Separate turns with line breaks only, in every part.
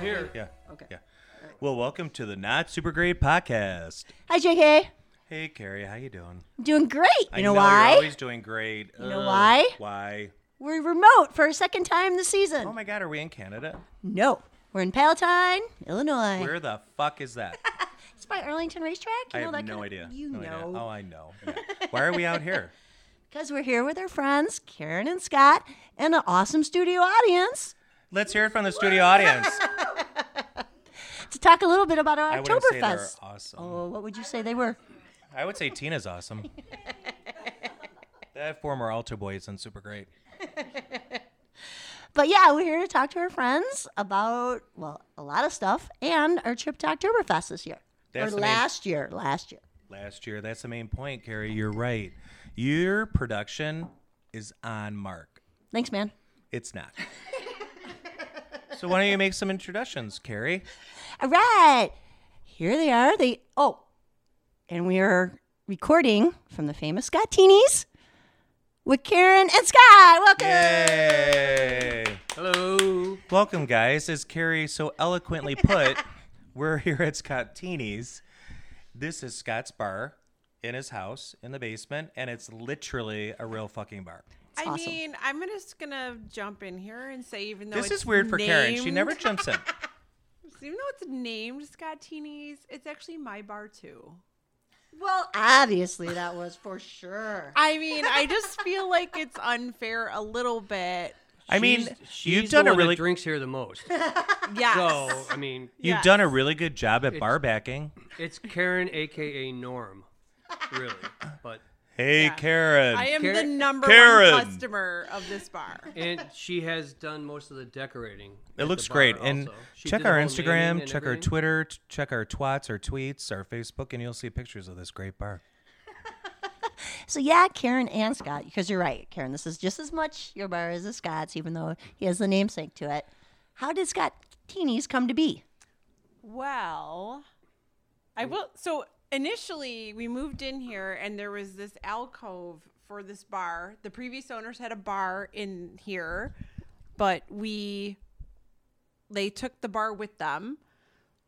here.
Yeah.
Okay.
Yeah. Well, welcome to the Not Super Great Podcast.
Hi, JK.
Hey, Carrie, how you doing?
I'm doing great. You
I
know,
You're
why?
always doing great. You
know why?
Why?
We're remote for a second time this season.
Oh my God, are we in Canada?
no, we're in Palatine, Illinois.
Where the fuck is that?
it's by Arlington Racetrack. You
I
know
have
that
no
kind
idea.
Of, you
No idea. Oh,
know,
I know. Yeah. Why are we out here?
because we're here with our friends Karen and Scott and an awesome studio audience
Let's hear it from the studio audience.
to talk a little bit about our
I wouldn't say they're
Oktoberfest.
awesome.
Oh, what would you say they were?
I would say Tina's awesome. that former altar boy isn't super great.
But yeah, we're here to talk to our friends about well, a lot of stuff and our trip to Oktoberfest this year
That's the
or
main-
last year. Last year.
Last year, that's the main point, Carrie. You're right. Your production is on mark.
Thanks, man.
It's not. so why don't you make some introductions, Carrie?
All right. Here they are. They oh, and we are recording from the famous Scottinis with Karen and Scott. Welcome.
Yay!
Hello.
Welcome, guys. As Carrie so eloquently put, we're here at Scott Teeny's. This is Scott's bar in his house in the basement, and it's literally a real fucking bar.
I
awesome.
mean, I'm gonna- just gonna jump in here and say, even though
this
it's
is weird for Karen. She
named-
never jumps in.
even though it's named Scott Teeny's, it's actually my bar too.
Well, obviously that was for sure.
I mean, I just feel like it's unfair a little bit.
I mean,
She's- she's
you've
the
done a
one that
really
drinks here the most.
Yes.
So I mean,
you've
Yes.
done a really good job at bar backing.
it's Karen, aka Norm, really. But
Hey, Karen.
I am
Karen-
the number
Karen.
one customer of this bar.
and she has done most of the decorating.
It looks great. And check our Instagram, check our Twitter,
Twitter.
t- check our twats, our tweets, our Facebook, and you'll see pictures of this great bar.
So yeah, Karen and Scott, because you're right, Karen. This is just as much your bar as the Scott's, even though he has the namesake to it. How did Scott Teenies come to be?
Well, I will. So initially, we moved in here, and there was this alcove for this bar. The previous owners had a bar in here, but we they took the bar with them,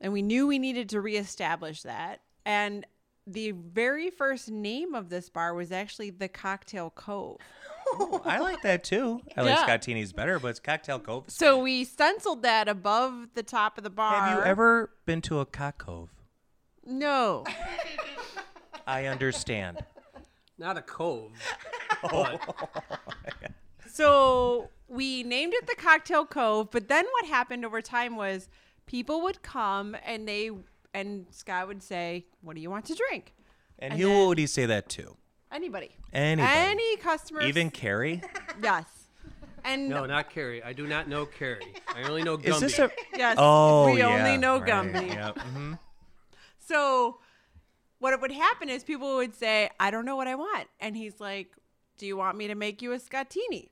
and we knew we needed to reestablish that. And the very first name of this bar was actually the Cocktail Cove.
I like that too. I like
Oh, Yeah.
Scott Teeny's better, but it's Cocktail Cove.
So we stenciled that above the top of the bar.
Have you ever been to a cock cove?
No.
I understand.
Not a cove.
So we named it the Cocktail Cove, but then what happened over time was people would come and they and Scott would say, "What do you want to drink?"
And,
And
who
then-
would he say that to?
Anybody,
Anybody.
any customer,
Even Carrie?
yes, and
No, not Carrie. I do not know Carrie. I only know Gumby.
Is this a.
yes,
Oh,
we
yeah,
only know
right,
Gumby.
yeah, mhm.
So what would happen is people would say, "I don't know what I want," and he's like, "Do you want me to make you a scottini?"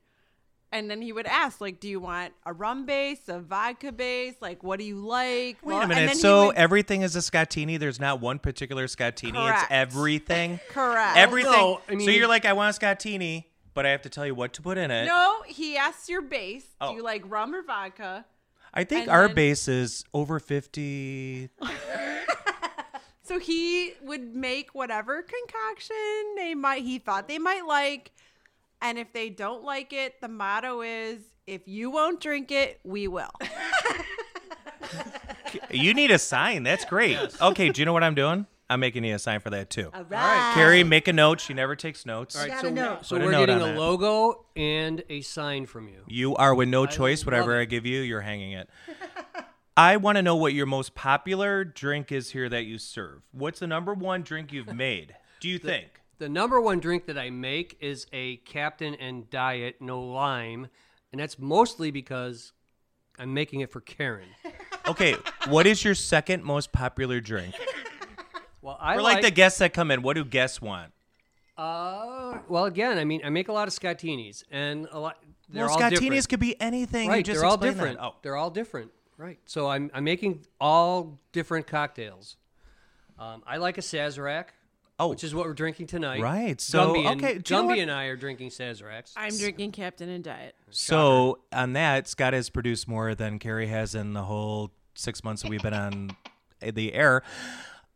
And then he would ask, like, "Do you want a rum base, a vodka base? Like, what do you like?"
Wait
Well,
a
and
minute.
then he
So
would-
everything is a Scottini. There's not one particular Scottini. It's
Correct.
everything.
correct
Everything.
no, I
so
mean-
you're like, I want a Scottini, but I have to tell you what to put in it.
No, he asks your base.
Oh.
Do you like rum or vodka?
I think
And
our
then-
base is over 50.
So he would make whatever concoction they might he thought they might like. And if they don't like it, the motto is if you won't drink it, we will.
You need a sign. That's great. Okay, do you know what I'm doing? I'm making you a sign for that too.
All right,
Carrie, make a note. She never takes notes.
All right,
gotta
so,
know.
so
Put a
we're
note
getting
on
a
that.
logo and a sign from you.
You are with no choice.
love
Whatever
it.
I give you, you're hanging it. I want to know what your most popular drink is here that you serve. What's the number one drink you've made? Do you think?
The number one drink that I make is a Captain and Diet No Lime, and that's mostly because I'm making it for Karen.
Okay, what is your second most popular drink?
Well, I
Or like the guests that come in, what do guests want?
Uh, well, again, I mean, I make a lot of scottinis, and a lot. They're
well,
all
Scottinis
different.
could be anything. You
right,
just
they're all
explained that.
different.
Oh,
They're all different. Right. So I'm I'm making all different cocktails. Um, I like a Sazerac.
Oh.
Which is what we're drinking tonight.
Right, so,
Gumby and,
okay, do you know
Gumby
what-
and I are drinking Sazeracs.
I'm drinking Captain and Diet.
So on that, Scott has produced more than Carrie has in the whole six months that we've been on the air.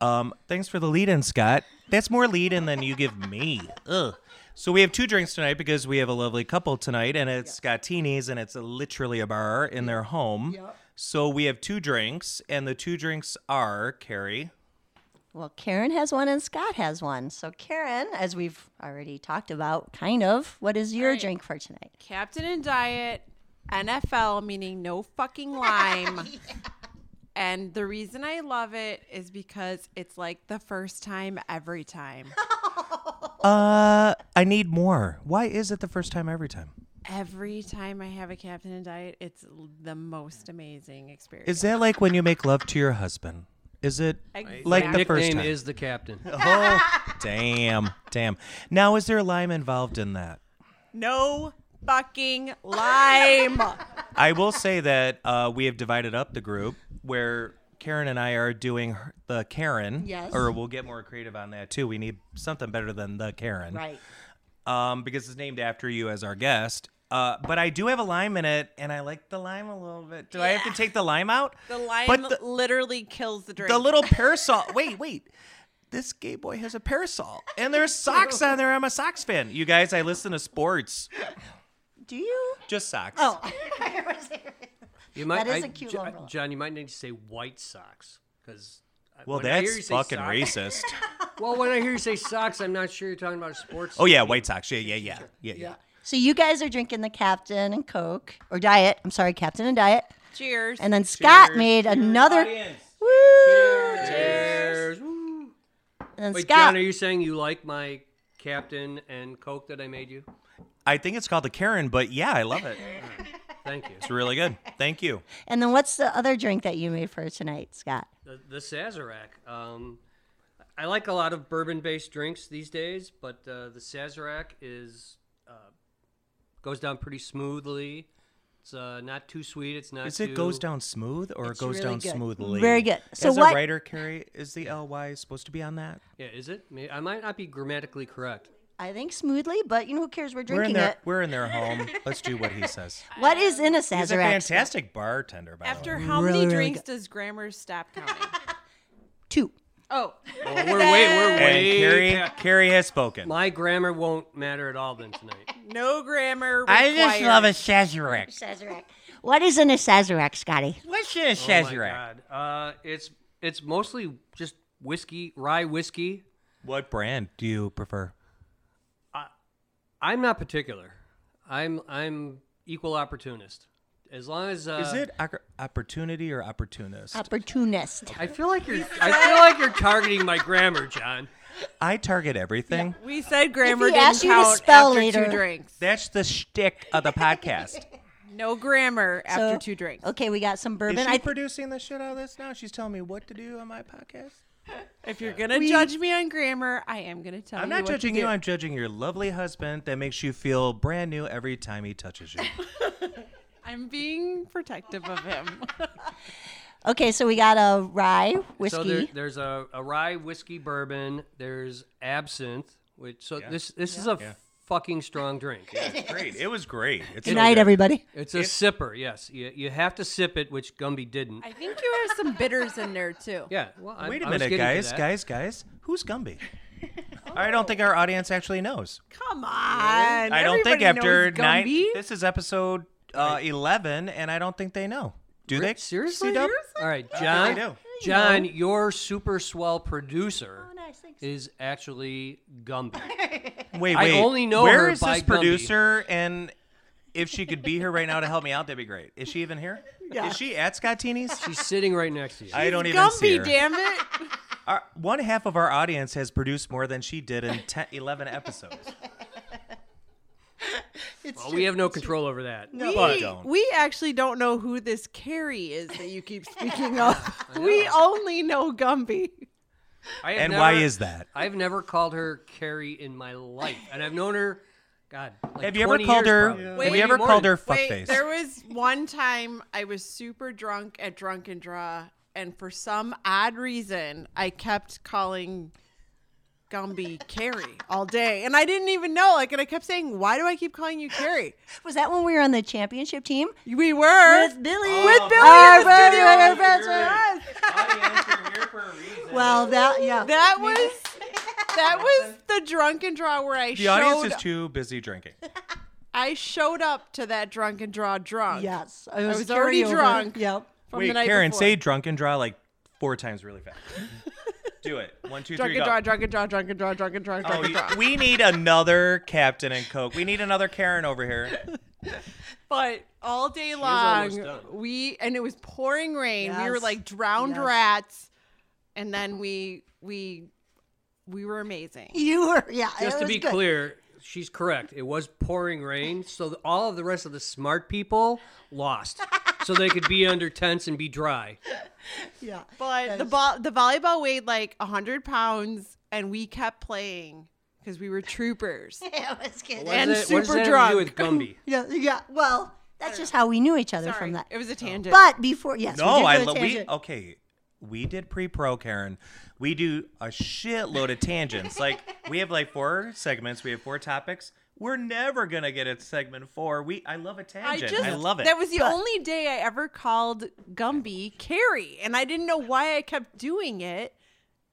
Um, thanks for the lead in, Scott. That's more lead in than you give me. Ugh. So we have two drinks tonight because we have a lovely couple tonight, and it's Scottini's, and it's literally a bar in their home. So we have two drinks, and the two drinks are Carrie.
Well, Karen has one and Scott has one. So, Karen, as we've already talked about, kind of, what is your drink for tonight?
Captain and Diet, NFL meaning no fucking lime. And the reason I love it is because it's like the first time every time.
Uh, I need more. Why is it the first time every time?
every time I have a Captain and Diet, it's l- the most amazing experience.
Is that like when you make love to your husband? Is it like the
Exactly.
first
Nickname
time?
is the captain.
oh, damn, damn. Now, is there lime involved in that?
no fucking lime.
I will say that uh, we have divided up the group where Karen and I are doing her- the Karen.
Yes.
Or we'll get more creative on that too. We need something better than the Karen.
Right.
Um, because it's named after you as our guest. Uh, but I do have a lime in it, and I like the lime a little bit. Do I have to take the lime out?
the lime
But the-
literally kills the drink.
the little parasol. Wait, wait. This gay boy has a parasol, and there's socks on there. I'm a socks fan. You guys, I listen to sports,
Do you?
just socks.
Oh.
You might,
That is
I-
a cute
Jo-
umbrella.
John, you might need to say white uh, socks because.
well, that's fucking
racist.
racist.
Well, when I hear you say socks, I'm not sure you're talking about a sports.
oh yeah, white socks. Yeah, yeah, yeah, yeah, yeah.
So, you guys are drinking the Captain and Coke, or Diet. I'm sorry, Captain and Diet.
Cheers.
And then Scott
Cheers.
made another. Woo!
Cheers. Woo.
And then
Wait,
Scott.
John, are you saying you like my captain and Coke that I made you?
I think it's called the Karen, but yeah, I love it.
Thank you.
It's really good. Thank you.
and then what's the other drink that you made for tonight, Scott?
The, the Sazerac. Um, I like a lot of bourbon-based drinks these days, but uh, the Sazerac is uh, goes down pretty smoothly. It's uh, not too sweet. It's not.
Is
too-
it goes down smooth or it
It's
goes
really
down
good.
smoothly?
Very good. So
As
what-
a writer, Carrie, is the ly supposed to be on that?
Yeah, is it? May- I might not be grammatically correct.
I think smoothly, but you know who cares? We're
We're
drinking
in their
it.
we're in their home. Let's do what he says.
What is in a
He's a
Sazerac? Scott?
fantastic bartender, by the way.
After how
Really,
many
really
drinks
good.
does grammar stop counting?
Two.
oh,
Well, we're way, we're
And
way.
Carrie,
past-
Carrie has spoken.
My grammar won't matter at all then tonight. Oh
no grammar.
I just love a
required.
Sazerac.
Sazerac. What is in a Sazerac, Scotty?
What's in a
Oh my
Sazerac?
God. Uh, it's it's mostly just whiskey, rye whiskey.
What brand do you prefer?
I'm not particular. I'm I'm equal opportunist. As long as uh,
Is it oc- opportunity or opportunist?
Opportunist.
I feel like you're I feel like you're targeting my grammar, John.
I target everything.
We said grammar
he
didn't
asks you to
count
spell
after
later-
two drinks.
That's the shtick of the podcast.
No grammar after two drinks.
Okay, we got some
Is
bourbon.
she
I
producing the shit out of this now? She's telling me what to do on my podcast.
If you're gonna judge me on grammar, I am gonna tell
I'm
you.
not
what to
judging you.
do.
I'm judging your lovely husband that makes you feel brand new every time he touches you.
I'm being protective of him.
okay, so we got a rye whiskey.
So there, there's a, a rye whiskey bourbon. There's absinthe, which so this this is a fucking strong drink.
great. It was great. It's
Good night, everybody.
It's a sipper. Yes, you you have to sip it, which Gumby didn't.
I think you have some bitters in there too.
yeah. Well, I,
Wait a
I was
minute,
getting to
guys,
that.
guys, guys. Who's Gumby? I don't think our audience actually knows.
Come on.
I don't think
everybody
after
knows
nine.
Gumby.
This is episode uh, eleven, and I don't think they know. Do they?
Seriously,
C-Dub?
All right,
I
John.
do.
John, your super swell producer
nice, thanks.
is actually Gumby.
Wait, wait.
I only know
Where
her
is
by
this
Gumby.
producer? And if she could be here right now to help me out, that'd be great. Is she even here? Is she at Scottini's?
She's sitting right next to you.
I don't even see her.
Gumby, damn it.
Our, one half of our audience has produced more than she did in 10, 11 episodes.
Well, we have no control over that.
We,
I don't.
we actually don't know who this Carrie is that you keep speaking of. we only know Gumby.
I have
And
never-
why is that?
I've never called her Carrie in my life, and I've known her. God, like
Have you ever
20
called
years
her?
probably.
Have
Wait,
you ever
more
called
than-
her
Wait,
fuckface?
there was one time I was super drunk at Drunk and Draw, and for some odd reason, I kept calling Gumby Carrie all day, and I didn't even know. Like, and I kept saying, "Why do I keep calling you Carrie?"
Was that when we were on the championship team?
We were
With Billy.
With Billy in the
Our
studio.
brother, our brother, Well, that yeah.
That was that was the drunken draw where I
The
showed
audience is too busy drinking.
I showed up to that drunken draw drunk.
yes, I was,
was already
carryover.
drunk.
Yep.
From
Wait,
the night
Karen,
before.
say drunk and draw like four times really fast. Do it. One, two, three,
drunken
go.
draw, drunken draw, drunken draw, drunken draw,
Oh,
drunken
you-
draw.
we need another Captain and Coke. We need another Karen over here.
But all day
almost
long,
done.
we and it was pouring rain. We were
Yes.
like drowned
Yes.
rats, and then we we we were amazing.
You were yeah.
Just
it
to
was
be
good.
clear, she's correct. It was pouring rain, so th- all of the rest of the smart people lost, so they could be under tents and be dry.
Yeah.
But the ball, the volleyball weighed like hundred pounds, and we kept playing because we were troopers.
It was good.
What does
And
that- what does
super
that
drunk.
Have to do with Gumby.
yeah, yeah. Well, that's just how we knew each other
Sorry,
from that.
it
Oh.
was a tangent.
But before yes, we did
No,
do
I
a
lo- we
tangent.
okay. We did pre-pro, Karen. We do a shitload of tangents. like we have like four segments. We have four topics. We're never gonna get a segment four. We I love a
I
tangent. I,
just
love it.
That was the only day I ever called Gumby Carrie, and I didn't know why I kept doing it,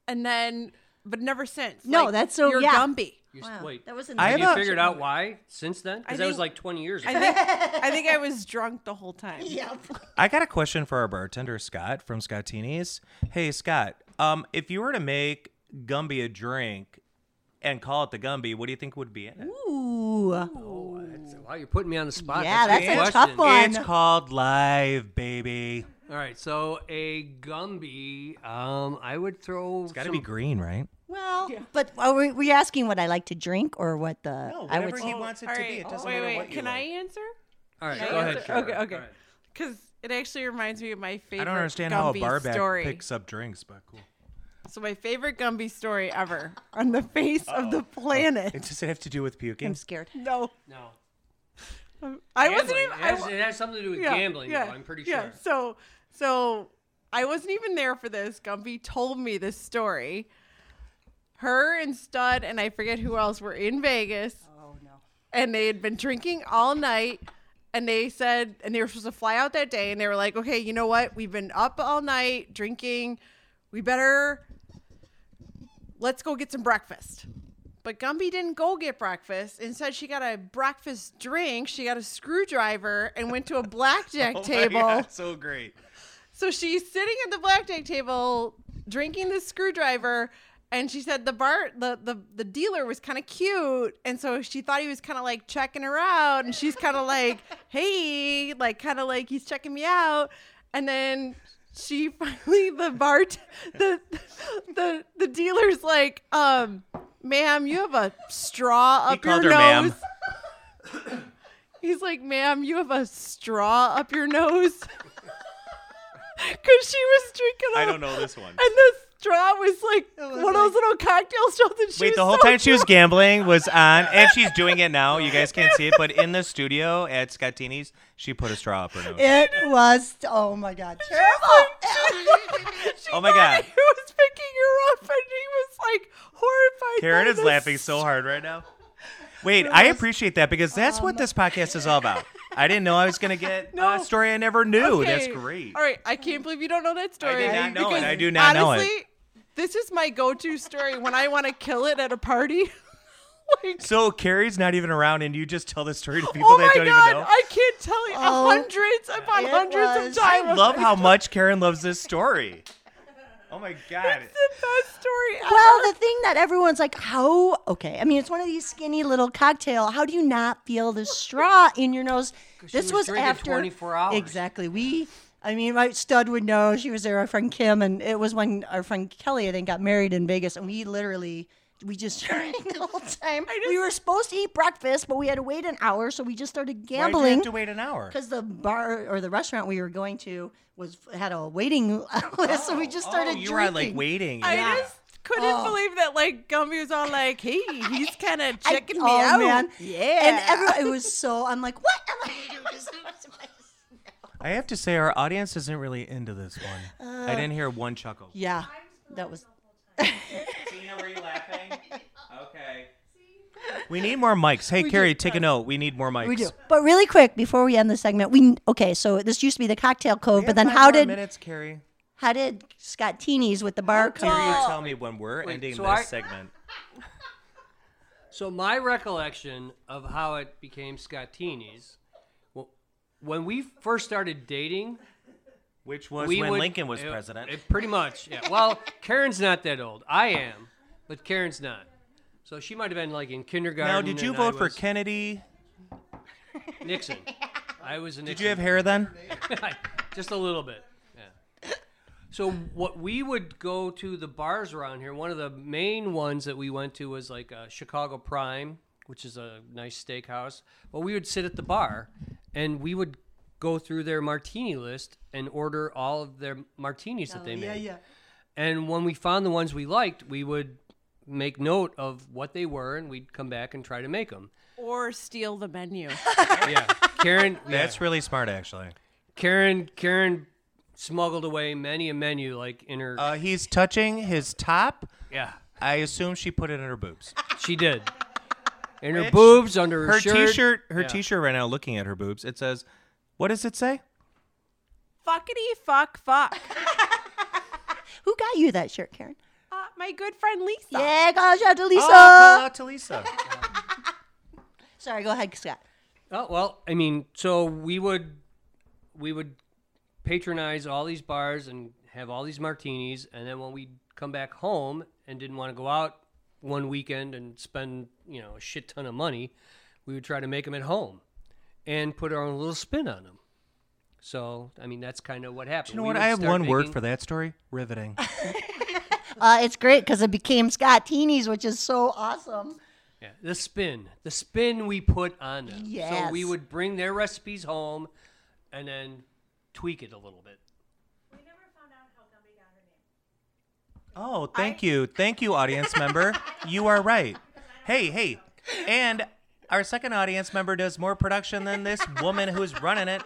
and then but never since.
No,
Like,
that's so-
you're
yeah.
Gumby.
You, s-
Wow,
wait,
that was an
I have
have you
a-
figured out why since then?
I
Because that was
think-
like 20 years ago.
I think I think I was drunk the whole time.
Yep.
I got a question for our bartender Scott from Scottini's. Hey Scott, um, if you were to make Gumby a drink and call it the Gumby, what do you think would be in it?
Ooh. uh,
Oh, that's- wow, you're putting me on the spot.
Yeah,
a
that's
good
a tough
question.
one.
It's called live, baby.
All right, so a Gumby, um, I would throw.
Got to
some-
be green, right?
Well, but are we, were you asking what I like to drink or what the I would say?
wants
All right. wait, wait. Can I answer?
All right,
Can I
go ahead.
answer?
Sharon.
Okay, okay.
All right.
Because it actually reminds me of my favorite.
I don't understand
Gumby
how a barback
story.
picks up drinks, but cool.
So my favorite Gumby story ever on the face of
Oh,
the planet.
Does it have to do with puking?
I'm scared.
No,
No.
I
Gambling.
wasn't even.
It
I
has,
wa-
it has something to do with gambling, though, I'm pretty
yeah.
sure.
So, so I wasn't even there for this. Gumby told me this story. Her and Stud and I forget who else were in Vegas,
Oh no.
and they had been drinking all night. And they said, and they were supposed to fly out that day, and they were like, "Okay, you know what? We've been up all night drinking. We better let's go get some breakfast." But Gumby didn't go get breakfast. Instead, she got a breakfast drink. She got a screwdriver and went to a
Oh
blackjack table.
so great.
So she's sitting at the blackjack table drinking the screwdriver and she said the bar the the, the dealer was kind of cute and so she thought he was kind of like checking her out and she's kind of like hey like kind of like he's checking me out and then she finally the bar the the the dealer's like um ma'am you have a straw up
He called her
your
ma'am.
nose he's like ma'am you have a straw up your nose because she was drinking.
I
all-
don't know this one.
And the straw was like
was
one of those little cocktail shots. And she
Wait,
was
the whole
so
time she was gambling was on, and she's doing it now. You guys can't see it, but in the studio at Scottini's, she put a straw up her nose.
It was oh my god, terrible.
she
Oh my
thought
God.
He was picking her up, and he was like horrified.
Karen
by
is
this.
laughing so hard right now. Wait, I appreciate that because that's what this podcast is all about. I didn't know I was going to get
um, No.
a story I never knew.
Okay.
That's great.
All right, I can't believe you don't know that story.
did not know it.
because
I do not know it.
honestly, This is my go-to story when I want to kill it at a party. like,
So Carrie's not even around, and you just tell the story to people
oh
that
my
don't
god,
even know.
I can't tell you
Oh,
hundreds upon
it
hundreds
was-
of times.
I love how much Karen loves this story. Oh my god.
It's the best story ever.
well, the thing that everyone's like, how okay. I mean, it's one of these skinny little cocktail. How do you not feel the straw in your nose?
she
This was,
was drinking
after
24 hours.
Exactly. We I mean, my stud would know. She was there, our friend Kim, and it was when our friend Kelly, I think, got married in Vegas, and we literally we just drank the whole time. we were supposed to eat breakfast, but we had to wait an hour, so we just started
Why'd you
gambling
have to wait an hour?
because the bar or the restaurant we were going to was had a waiting list, so we just started
oh, you
drinking.
were like waiting.
I
yeah.
just couldn't
Oh.
believe that like Gumby was all like, hey, he's kind of
I-
checking me
oh,
out.
man.
Yeah.
And everyone, it was so. I'm like, what am I doing?
I have to say, our audience isn't really into this one. I didn't hear one chuckle.
yeah, that was.
Tina, were you laughing? Okay. We need more mics. Hey, Carrie, take a note. We need more mics.
We do. But really quick, before we end the segment, we okay. So this used to be the cocktail cove, but then how did
minutes, Carrie?
How did Scott Teenies with the bar
Dare
come?
you
Well,
tell me when we're
wait,
ending
so
this
I-
segment?
So my recollection of how it became Scottini's, well, when we first started dating,
Which was
we
when
would-
Lincoln was
it-
president.
it pretty much, yeah. Well, Karen's not that old. I am, but Karen's not. So she might have been like in kindergarten.
now, did you
and I
vote for
was
Kennedy?
Nixon? I was a Nixon.
Did you have hair then?
just a little bit. Yeah. So what we would go to the bars around here. One of the main ones that we went to was like uh, Chicago Prime, which is a nice steakhouse. But we would sit at the bar, and we would go through their martini list and order all of their martinis that they made. And when we found the ones we liked, we would make note of what they were, and we'd come back and try to make them.
or steal the menu.
Yeah, Karen. yeah.
That's really smart, actually.
Karen Karen smuggled away many a menu like in her
Uh, he's touching his top.
yeah
I assume she put it in her boobs.
she did in her
Which-
boobs under her,
Her
shirt.
t-shirt, her
Yeah.
t-shirt right now. Looking at her boobs, it says, "What does it say?"
Fuckity fuck fuck.
Who got you that shirt, Karen?
Uh, my good friend Lisa.
Yeah, gosh, out to Lisa.
Oh, call out to Lisa.
Sorry, go ahead, Scott.
Oh well, I mean, so we would we would patronize all these bars and have all these martinis, and then when we come back home and didn't want to go out one weekend and spend you know a shit ton of money, we would try to make them at home and put our own little spin on them. So I mean, that's kind of what happened.
You know what? I have one word for that story: riveting.
Uh, it's great because it became Scott Teenies, which is so awesome.
Yeah, the spin, the spin we put on them. So we
Yes.
would bring their recipes home, and then tweak it a little bit.
Oh, thank you. Thank you, audience member. You are right. Hey, hey. And our second audience member does more production than this woman who's running it.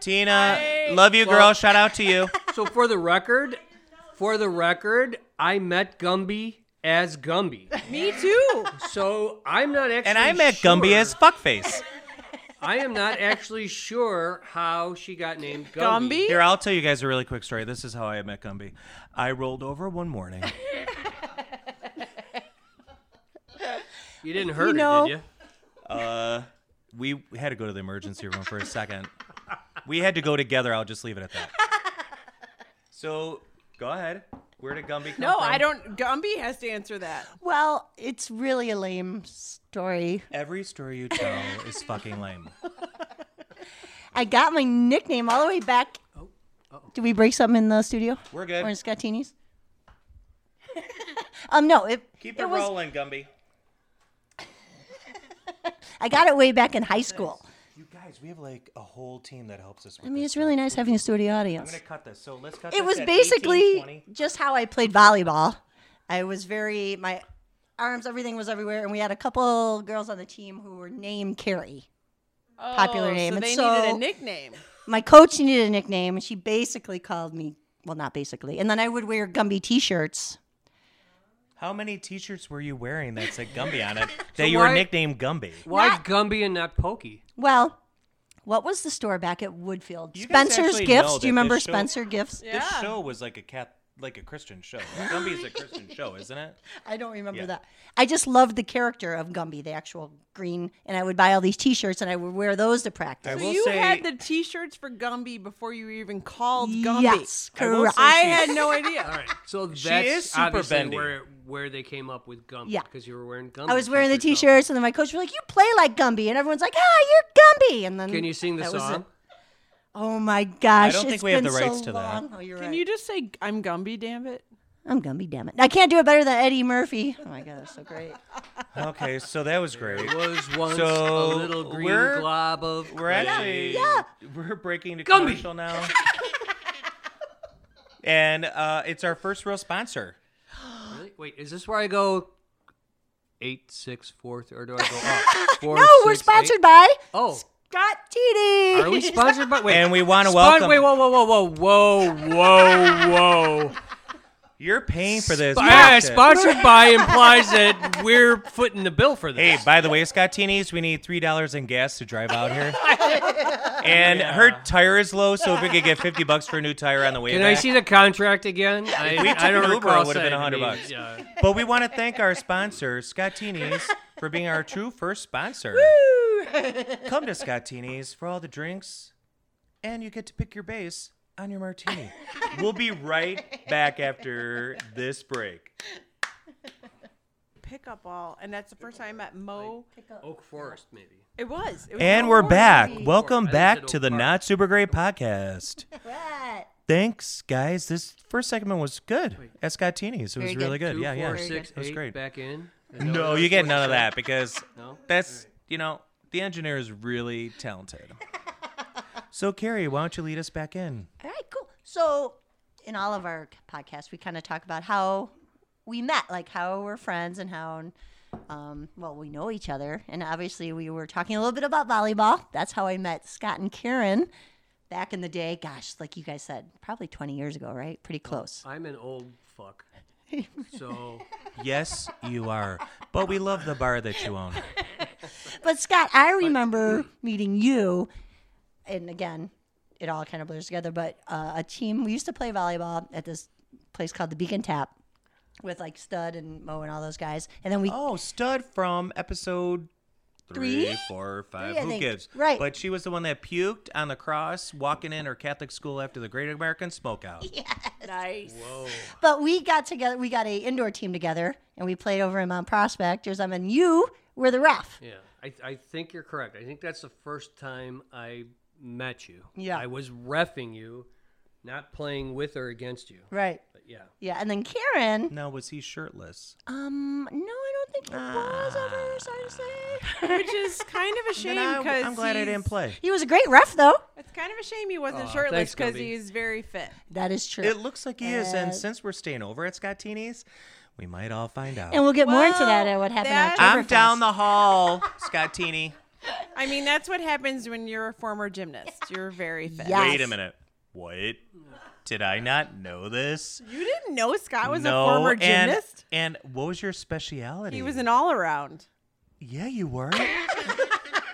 Tina, love you, girl.
Well-
Shout out to you.
So for the record, for the record, I met Gumby as Gumby.
Me too.
So I'm not actually.
And I met
sure,
Gumby as fuckface.
I am not actually sure how she got named Gumby.
Gumby.
Here, I'll tell you guys a really quick story. This is how I met Gumby. I rolled over one morning.
You didn't hurt
know-
her, did you?
Uh, we had to go to the emergency room for a second. We had to go together. I'll just leave it at that. So go ahead. Where did Gumby come
No,
from?
I don't. Gumby has to answer that.
Well, it's really a lame story.
Every story you tell is fucking lame.
I got my nickname all the way back. Did we break something in the studio?
We're
Or in
good.
Scott Teenies? um, no, it,
Keep
it
it,
was,
rolling, Gumby.
I got it way back in high school.
You guys, we have like a whole team that helps us. With
I mean,
this
it's really
stuff.
nice having a studio
I'm
audience.
gonna cut this. So let's cut.
it
this
was
at 18,
basically
20.
just how I played volleyball. I was very my arms, everything was everywhere, and we had a couple girls on the team who were named Carrie. Popular
Oh,
name,
So
and
they needed
so-
a nickname.
My coach needed a nickname, and she basically called me well, not basically, and then I would wear Gumby T-shirts.
How many T-shirts were you wearing that said Gumby on it that you were
why-
nicknamed Gumby?
Why
Not-
Gumby and not Pokey?
Well, what was the store back at Woodfield?
You guys
Spencer's
actually
Gifts.
know
Do you
that
remember
this show-
Spencer Gifts?
This
Yeah.
show was like a cat, like a Christian show. Gumby is a Christian show, isn't it?
I don't remember
Yeah.
that. I just loved the character of Gumby, the actual green, and I would buy all these T-shirts and I would wear those to practice.
I
So
will
you
say-
had the T-shirts for Gumby before you were even called Gumby.
Yes,
I will
correct.
say
I
she-
had no idea.
All right, so that's
is super
obviously
bendy.
where where they came up with Gumby.
Yeah.
because you were wearing Gumby.
I was wearing the
t-shirts.
T-shirts, and then my coach was like, "You play like Gumby," and everyone's like, "Ah, you're Gumby." And then
Can you sing the
that was it.
song?
Oh my gosh!
I don't think
it's
we have
been
the rights
so
to that.
long. Oh, you're
Can
right.
you just say I'm Gumby? Damn it.
I'm Gumby, damn it! I can't do it better than Eddie Murphy. Oh my god, that's so great.
Okay, so that was great.
was once
So,
a little green
we're-
glob of
We're actually
yeah.
we're breaking to
Gumby.
commercial now. and uh, it's our first real sponsor.
Really? Wait, is this where I go eight six four th- or do I go up? Four,
No, we're
six, eight?
sponsored by
Oh,
Scott Teeny.
are we sponsored by? Wait,
And we want to
spon-
welcome
Wait, whoa, whoa, whoa, whoa, whoa, whoa!
You're paying for this.
Yeah,
bullshit.
sponsored by implies that we're footing the bill for
Hey,
this.
by the way, Scottinis, we need three dollars in gas to drive out here. and her tire is low, so if we could get fifty bucks for a new tire on the way
Can
back.
I see the contract again? I,
we took
I don't
an Uber, it
recall
would've been
saying
100
to me,
bucks.
Yeah.
but we want to thank our sponsor, Scottinis, for being our true first sponsor. Come to Scottinis for all the drinks, and you get to pick your base on your martini. we'll be right back after this break.
Pickup ball, and that's the first time I met Mo.
Oak Forest, maybe.
It was. It was
And
Mo
we're
Warren.
back.
Hey.
Welcome
I
back
said
to
Oak
the
Park.
Not Super Great Podcast.
Right.
Thanks, guys. This first segment was good. At Scottini's, it was
Very
really
good.
good.
Two,
Yeah, yeah.
four, six,
That was
eight,
great.
Back in. Is that
No,
what
you get
I'm
none of
supposed
that because
to say? No.
that's you know the engineer is really talented. so Carrie, why don't you lead us back in?
All right, cool. So, in all of our podcasts, we kind of talk about how we met, like how we're friends and how, um, well, we know each other. And obviously, we were talking a little bit about volleyball. That's how I met Scott and Karen back in the day. Gosh, like you guys said, probably 20 years ago, right? Pretty close.
I'm an old fuck. So
Yes, you are. But we love the bar that you own.
But Scott, I remember meeting you, and again, it all kind of blurs together. But uh, a team we used to play volleyball at this place called the Beacon Tap with like Stud and Mo and all those guys, and then we
Oh, stud from episode
Three?
three, four, five.
Three, I
Who
think.
gives?
Right.
But she was the one that puked on the cross walking in her Catholic school after the Great American Smokeout.
Nice.
but we got together. We got a indoor team together, and we played over in Mount Prospect. There's I mean, you were the ref.
yeah, I, I think you're correct. I think that's the first time I met you.
Yeah.
I was refing you, not playing with or against you.
Right.
But yeah,
Yeah, and then Karen.
Now was he shirtless?
Um, no, I don't think he was ever. Sorry to say.
Which is kind of a
Then
shame
I,
because
I'm glad I didn't play.
He was a great ref, though.
It's kind of a shame he wasn't
Aw,
shirtless
thanks,
because
Gumby.
he's very fit.
That is true.
It looks like he is,
Uh,
and since we're staying over at Scottini's, we might all find out.
and we'll get more into
Well,
that at what happened.
that-
at
I'm
Oktoberfest.
down the hall, Scottini.
I mean, that's what happens when you're a former gymnast. You're very fit.
Yeah.
Wait a
Yes.
minute. What? Did I not know this?
You didn't know Scott was
no,
a former
and, Hmm.
gymnast?
And what was your speciality?
He was an all around.
Yeah, you were.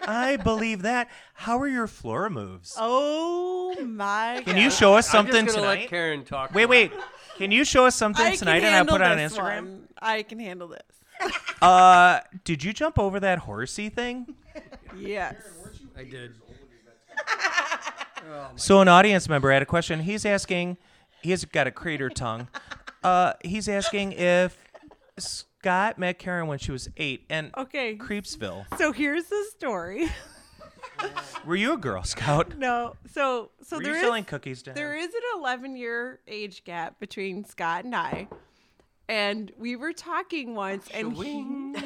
I believe that. How are your floor moves?
Oh my
Can you show us something
I'm just gonna
tonight?
let Karen talk.
wait,
now.
wait. Can you show us something
I
tonight
can
and I put it on
handle this
Instagram?
one. I can handle this.
Uh, did you jump over that horsey thing?
Yes.
I did.
So an audience member had a question. He's asking, he's got a crater tongue. Uh, he's asking if Scott met Karen when she was eight and
Okay.
Creepsville.
So here's the story.
Were you a Girl Scout?
No. So so
Were
there
you
is-
selling cookies to him?
There is an 11 year age gap between Scott and I. And we were talking once, and he,
and,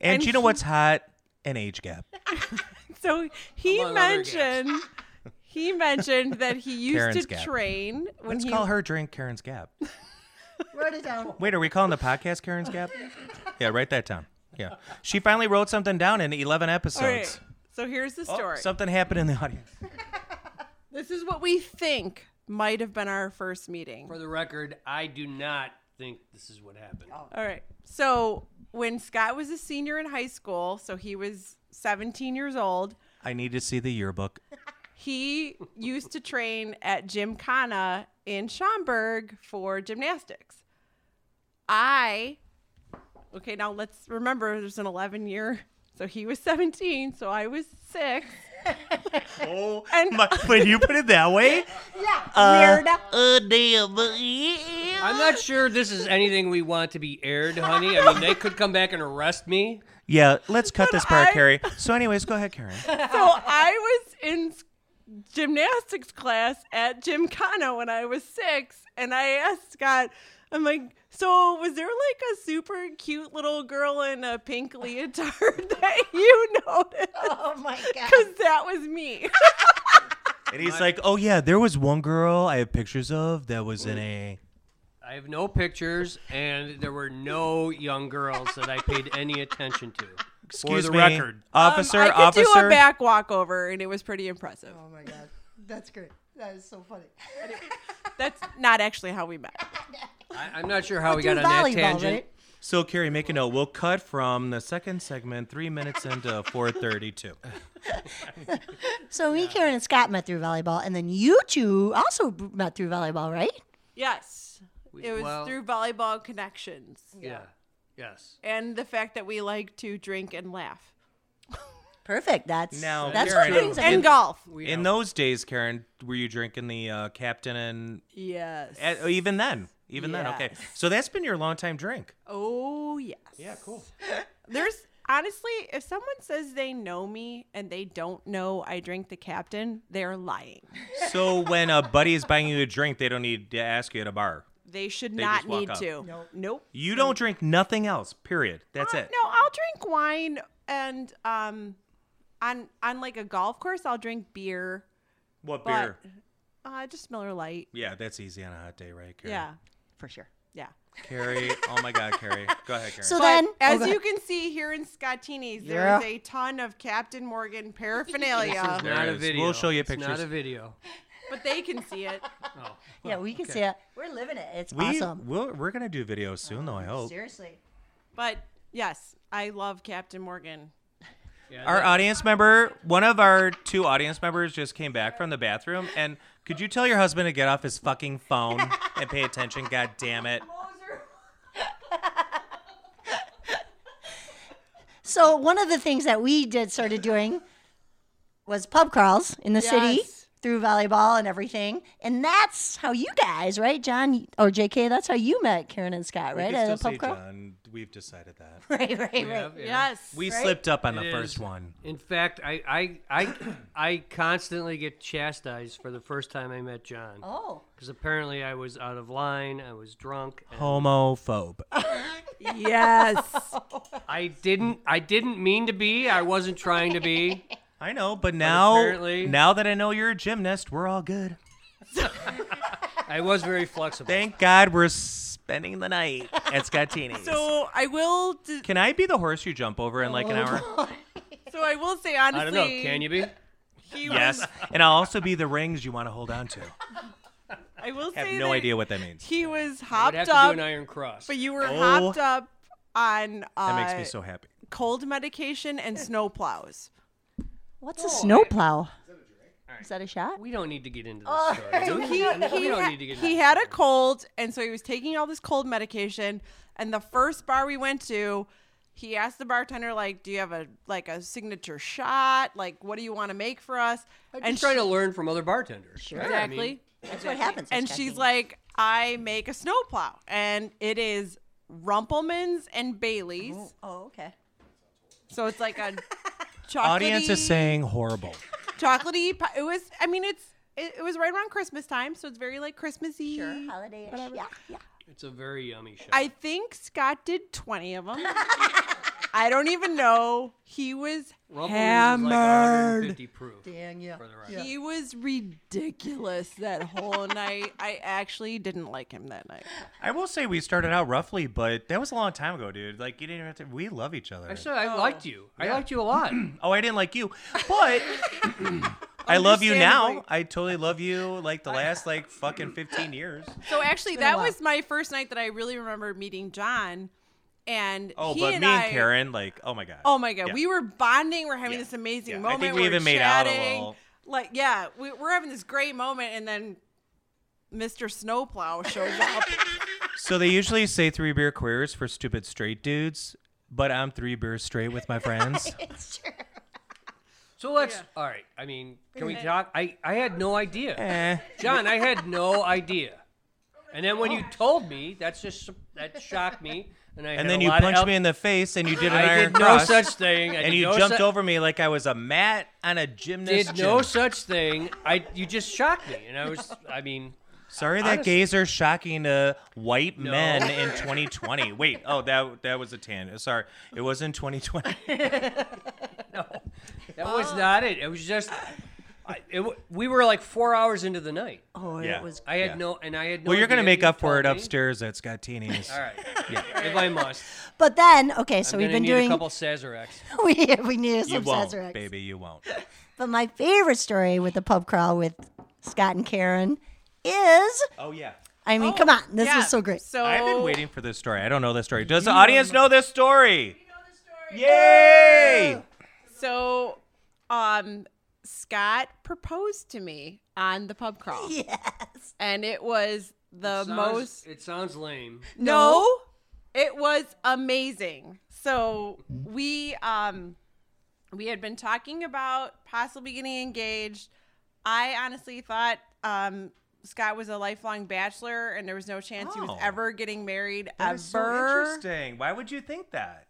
and
you know what's hot? An age gap.
so he
Among other gaps.
mentioned he mentioned that he used
Karen's
to
gap.
train when
Let's
he
call her drink Karen's gap.
Wrote it down.
Wait, are we calling the podcast Karen's gap? Yeah, write that down. Yeah, she finally wrote something down in 11 episodes.
All right, So here's the
Oh,
story.
something happened in the audience.
this is what we think might have been our first meeting.
For the record, I do not think this is what happened.
All right. So when Scott was a senior in high school, so he was 17 years old,
I need to see the yearbook.
he used to train at Gymkhana in Schaumburg for gymnastics. I, okay, now let's remember there's an 11 year, so he was 17, so I was six.
Oh,
And-
my, when you put it that way,
Yeah.
uh,
weird.
uh, damn.
I'm not sure this is anything we want to be aired, honey. I mean, they could come back and arrest me.
Yeah, let's cut this part,
I-
Carrie. So, anyways, go ahead, Karen.
So I was in s- gymnastics class at Gymkhana when I was six, and I asked Scott, I'm like, so was there like a super cute little girl in a pink leotard that you noticed?
Oh my god.
Because that was me.
And he's like, "Oh yeah, there was one girl I have pictures of that was in a."
I have no pictures, and there were no young girls that I paid any attention to.
Excuse
For
me,
the record.
officer,
Um, I could
officer.
do a back walkover, and it was pretty impressive.
Oh my god. That's great. That is so funny.
That's not actually how we met.
I, I'm not sure how we
do
got on that
volleyball,
tangent.
right?
So, Carrie, make a note. We'll cut from the second segment, three minutes into 432.
So me, Karen, and Scott met through volleyball, and then you two also b- met through volleyball, right?
Yes. It was
well-
through volleyball connections
Yeah. Yes.
and the fact that we like to drink and laugh
Perfect. That's
Now,
that's
Karen,
what brings
So
and
it.
golf.
We
In
know.
those days, Karen, were you drinking the uh, Captain and
Yes.
uh, even then? Even then, okay.
Yes.
So that's been your longtime drink.
oh yes.
Yeah. Cool.
There's honestly, if someone says they know me and they don't know I drink the captain, they're lying.
So when a buddy is buying you a drink, they don't need to ask you at a bar.
They should
They just
not
walk
need
up.
to. Nope. Nope.
You don't drink nothing else. Period. That's
Uh,
it.
No, I'll drink wine and um on on like a golf course I'll drink beer.
What
But
beer?
uh just Miller Lite.
Yeah, that's easy on a hot day, right, Carrie?
Yeah.
for sure.
Yeah.
Carrie, oh my God, Carrie. Go ahead, Carrie.
So
But
then,
as
oh,
you can see here in Scottini's,
Yeah.
there is a ton of Captain Morgan paraphernalia,
There
Not a
is.
video.
We'll show you
It's not
pictures.
a video.
but they can see it.
Oh.
yeah, we can see it. We're living it. It's
we,
awesome.
We'll, we're going to do videos soon, though, I hope.
Seriously.
But yes, I love Captain Morgan.
Yeah,
Our
that-
audience member, one of our two audience members just came back from the bathroom. And could you tell your husband to get off his fucking phone and pay attention? God damn it.
So one of the things that we did started doing was pub crawls in the city
Yes.
through volleyball and everything, and that's how you guys, right, John or J.K. That's how you met Karen and Scott, right? At a pub crawl.
John. We've decided that.
Right, right, right.
we have- yeah.
Yes.
We slipped up on the
It
first
is.
one.
In fact, I, I I I constantly get chastised for the first time I met John
Oh,
because apparently I was out of line, I was drunk. and
Oh. Homophobe.
yes.
I didn't I didn't mean to be. I wasn't trying to be.
I know, but now,
apparently-
now that I know you're a gymnast, we're all good.
I was very flexible.
Thank God we're spending the night at Scottini's.
So I will. d
Can I be the horse you jump over in like an
Oh,
hour?
so I will say honestly.
I don't know. Can you be?
He
Yes.
Was,
And I'll also be the rings you want to hold on to.
I will
I
say.
have no
that
idea what that means.
He was
I'd
hopped
have to do
up,
an iron cross.
but you were
Oh.
hopped up on uh,
That makes me so happy.
cold medication and snow plows.
what's a snowplow? Is that a shot?
we don't need to get into this story. do we?
Oh. he,
we
he,
don't
ha-
need to get
he
into
had a cold, and so he was taking all this cold medication. And the first bar we went to, he asked the bartender, like, "Do you have a like a signature shot? Like, what do you want to make for us?"
I'm
she-
trying to learn from other bartenders. Sure.
exactly.
That's what happens.
and she's like, "I make a snowplow, and it is Rumpelmans and Bailey's.
"Oh, okay."
So it's like a chocolatey,
Audience is saying horrible.
chocolatey. pi- It was. I mean, it's it, it was right around Christmas time, so it's very like Christmassy.
Holiday. Yeah, yeah.
It's a very yummy show.
I think Scott did 20 of them. I don't even know. He was
Rumpelman's is like
hammered.
150 proof.
Dang, yeah.
For the record.
he was ridiculous that whole night. I actually didn't like him that night.
I will say we started out roughly, but that was a long time ago, dude. Like you didn't even have to. We love each other.
I said
Oh.
I liked you. I liked you a lot.
oh, I didn't like you, but I love you now.
Understandably.
I totally love you. Like the last like fucking fifteen years.
So actually,
been a
that
while.
was my first night that I really remember meeting John. And
Oh,
he
but me and
I,
Karen, like, oh my god.
Oh my god,
Yeah.
we were bonding. We're having
Yeah.
this amazing
Yeah. I
moment.
think we
we're
even made out a
chatting.
little.
Like yeah, we, we're having this great moment, and then Mr. Snowplow shows up.
So they usually say three beer queers for stupid straight dudes, but I'm three beers straight with my friends.
It's true.
So let's. All right. I mean, can we talk? I I had no idea,
eh.
John. I had no idea. And then when you
Oh.
told me, that's just that shocked me. And I
And then you punched me in the face, and you did an
I
iron
did no
cross,
such thing. I
and
did
you
no
jumped
su-
over me like I was a mat on a gymnast.
Did no
gym.
such thing. I you just shocked me, and I was. I mean,
Sorry that
Honestly.
gays are shocking to white men in 2020. Wait, oh that that was a tan. Uh, Sorry, it was in 2020.
that was not it. It was just. I, it, w- we were like four hours into the night.
Oh,
Yeah.
it was.
I had
Yeah.
no, and I had no.
Well, you're gonna
idea.
make
You
up for it
told me.
upstairs at Scottini's.
All right, if I must.
But then, okay, so
I'm
we've
gonna
been
need
doing.
a couple Sazeracs.
we we needed
You
some
won't,
Sazeracs.
baby. You won't.
But my favorite story with the pub crawl with Scott and Karen is
Oh yeah.
I mean,
Oh,
come on, this
yeah.
was so great.
So
I've been waiting for this story. I don't know this story. Does the audience know this story? Yay!
So, um, Scott proposed to me on the pub crawl,
Yes.
and it was the
Sounds-
most.
It sounds lame.
No, it was amazing. So we um we had been talking about possibly getting engaged. I honestly thought um Scott was a lifelong bachelor and there was no chance he was
Oh.
ever getting married
That
ever
is so interesting. Why would you think that?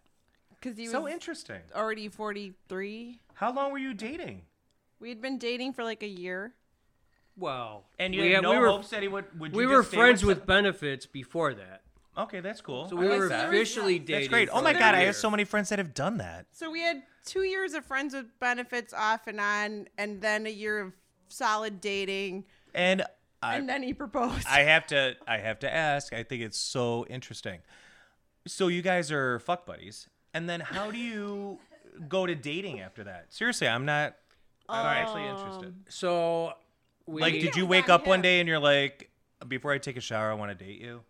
cuz he was
So interesting.
already 43.
How long were you dating?
We had been dating for like a year.
Wow.
And you
we,
had
had-
no
we were,
hopes that he would. would you
We
just
were
stay
friends
with,
with benefits before that.
some- Okay, that's cool.
So
I
we
like
were
that.
officially dating.
That's great. Oh
for
my
a
god, I
year.
have so many friends that have done that.
So we had 2 years of friends with benefits off and on and then a year of solid dating
And I,
and then he proposed.
I have to I have to ask. I think it's so interesting. So you guys are fuck buddies, and then how do you go to dating after that? Seriously, I'm not. I'm not actually interested.
So we
Like, did you
was
wake
on
up one
him.
day and you're like, before I take a shower, I want to date you?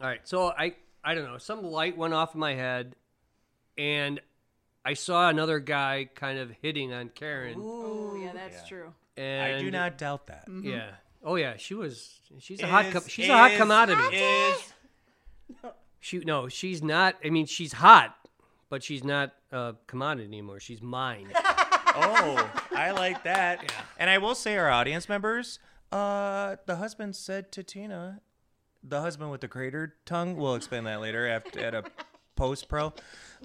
All right. So I I don't know. Some light went off in my head, and I saw another guy kind of hitting on Karen.
Oh yeah, that's true.
And
I do not doubt that.
Yeah. Oh yeah. She was. She's a hot. Com-
Is-
she's a hot
is-
commodity.
Is,
she no. She's not. I mean, she's hot, but she's not a commodity anymore. She's mine.
oh, I like that. And I will say, our audience members, uh, the husband said to Tina, the husband with the cratered tongue. We'll explain that later after at a post pro.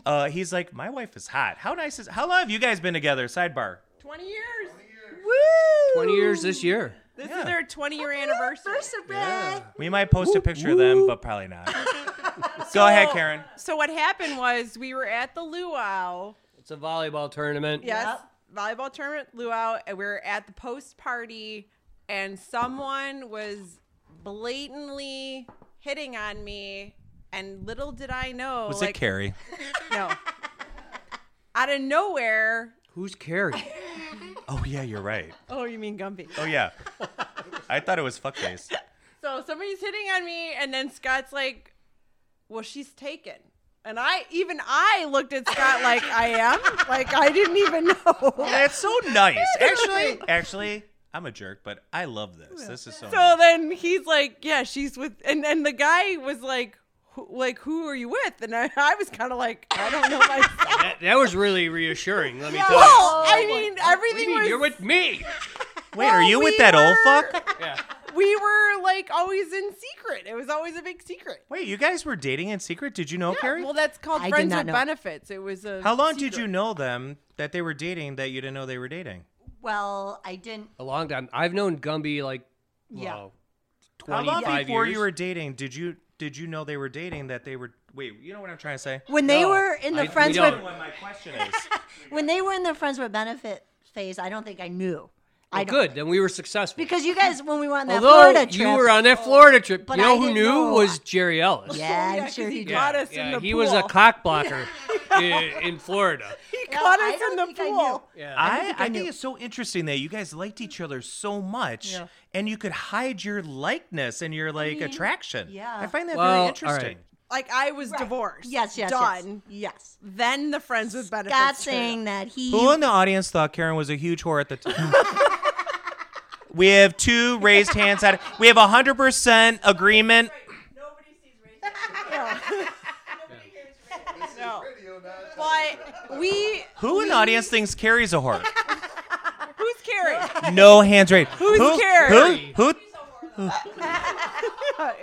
Uh, he's like, my wife is hot. How nice is? How long have you guys been together? Sidebar.
20 years.
Twenty years this year.
This
Yeah.
is their 20 year anniversary.
We might post a picture of them, but probably not. Go ahead, Karen.
So what happened was we were at the luau.
It's a volleyball tournament.
Yes. Volleyball tournament luau and we were at the post party and someone was blatantly hitting on me and little did I know
Was
oh, like
it Carrie?
no. Out of nowhere.
Who's Carrie?
Oh yeah, you're right.
Oh, you mean Gumpy.
Oh yeah. I thought it was fuckface.
So somebody's hitting on me, and then Scott's like, "Well, she's taken." And I, even I, looked at Scott like I am, like I didn't even know.
That's so nice. Actually, actually, I'm a jerk, but I love this. This is so.
So
nice.
then he's like, "Yeah, she's with," and and the guy was like, who, "Like, who are you with?" And I, I was kind of like, "I don't know myself."
that, that was really reassuring. Let me tell you.
well, I mean,
What do
everything
you mean?
was.
You're with me.
Wait, are you
we
with that old
were-
fuck?
Yeah.
we were like always in secret. It was always a big secret.
Wait, you guys were dating in secret? Did you know Carrie?
Well, that's called
I did
friends
not
with
know.
benefits. It was a.
How long did
secret.
you know them that they were dating that you didn't know they were dating?
Well, I didn't.
A long time. I've known Gumby like
Yeah.
wow,
How
twenty
long
five
before
years.
you were dating did you did you know they were dating that they were? Wait, you know what I'm trying to say?
When they
No,
were in the
I- we
friends
don't.
with
What my question is.
when they were in the friends with benefit phase, I don't think I knew. I
Well,
don't-
good. Then we were successful.
because you guys when we went on that
Although
Florida trip,
you were on that Florida trip,
but
you
I
know who
didn't
knew
know.
was Jerry Ellis.
Yeah,
Yeah,
I'm
'cause
sure
he
he did.
caught us in
yeah,
the
he
pool.
was a cock blocker i- in, Florida.
He
No,
caught
I
us in
don't
the
think I
pool.
knew.
Yeah.
I, I,
think
think,
I knew.
it's so interesting that you guys liked each other so much
Yeah.
and you could hide your likeness and your like attraction.
yeah.
I find that
Well, all
very
right.
interesting.
Like I was divorced.
Yes, yes,
done.
yes. yes.
Then the friends with benefits.
God
showed up.
saying that he
Who in the audience thought Karen was a huge whore at the time? we have two raised hands out. We have 100% agreement.
no. But we
Who in the audience thinks Carrie's a whore?
who's Carrie?
No hands raised.
Who's
who,
Carrie?
Who? who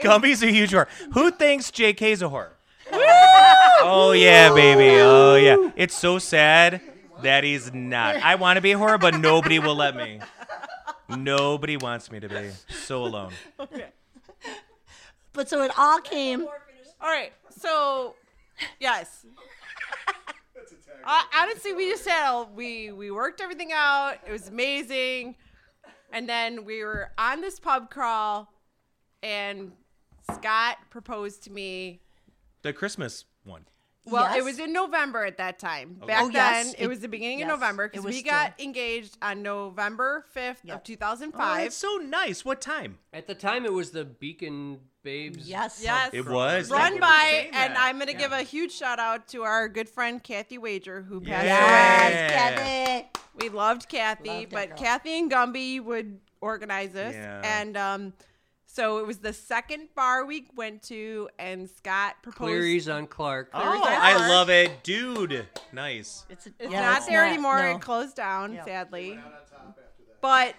Gumby's a huge whore. Who thinks JK's a whore? oh yeah, baby. Oh yeah. It's so sad that he's not. I want to be a whore, but nobody will let me. Nobody wants me to be. So alone.
but so it all came
All right. So yes. Uh, honestly, we just had a, we we worked everything out. It was amazing, and then we were on this pub crawl, and Scott proposed to me
The Christmas one.
Well, it
Yes.
was in November at that time. Back
Oh,
then,
yes.
it,
It-
was the beginning
yes,
of November
it
because
was
we
still-
got engaged on November 5th of
Yep.
Oh,
2005.
that's so nice. What time?
At the time, it was the Beacon Babes.
Yes.
Yes.
It was.
Run
Thank you for
by,
saying
and
that.
I'm going to give a huge shout out to our good friend Kathy Wager, who passed
Yeah.
away.
Yes, Kathy.
We loved Kathy,
Loved that
but
girl.
Kathy and Gumby would organize us.
Yeah.
And um, so it was the second bar we went to, and Scott proposed.
Cleary's on Clark.
Oh,
There was that
I
part.
love it, dude. Nice.
It's,
It's
yeah,
not
it's
there
not-
anymore.
no.
It closed down,
Yep.
sadly. But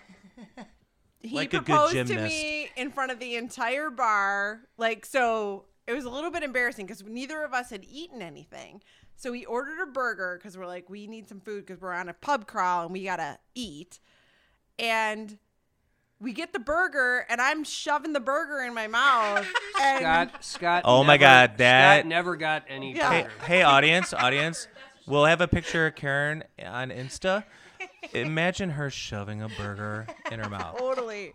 he
Like a good
proposed to
gymnast.
me in front of the entire bar. Like, so it was a little bit embarrassing because neither of us had eaten anything. So we ordered a burger because we're like, we need some food because we're on a pub crawl and we got to eat. And we get the burger, and I'm shoving the burger in my mouth. and
Scott. Scott.
Oh my
never-
God, that-
Scott never got any
Yeah.
Hey,
better.
hey, audience, audience. We'll have a picture of Karen on Insta. Imagine her shoving a burger in her mouth. It
totally.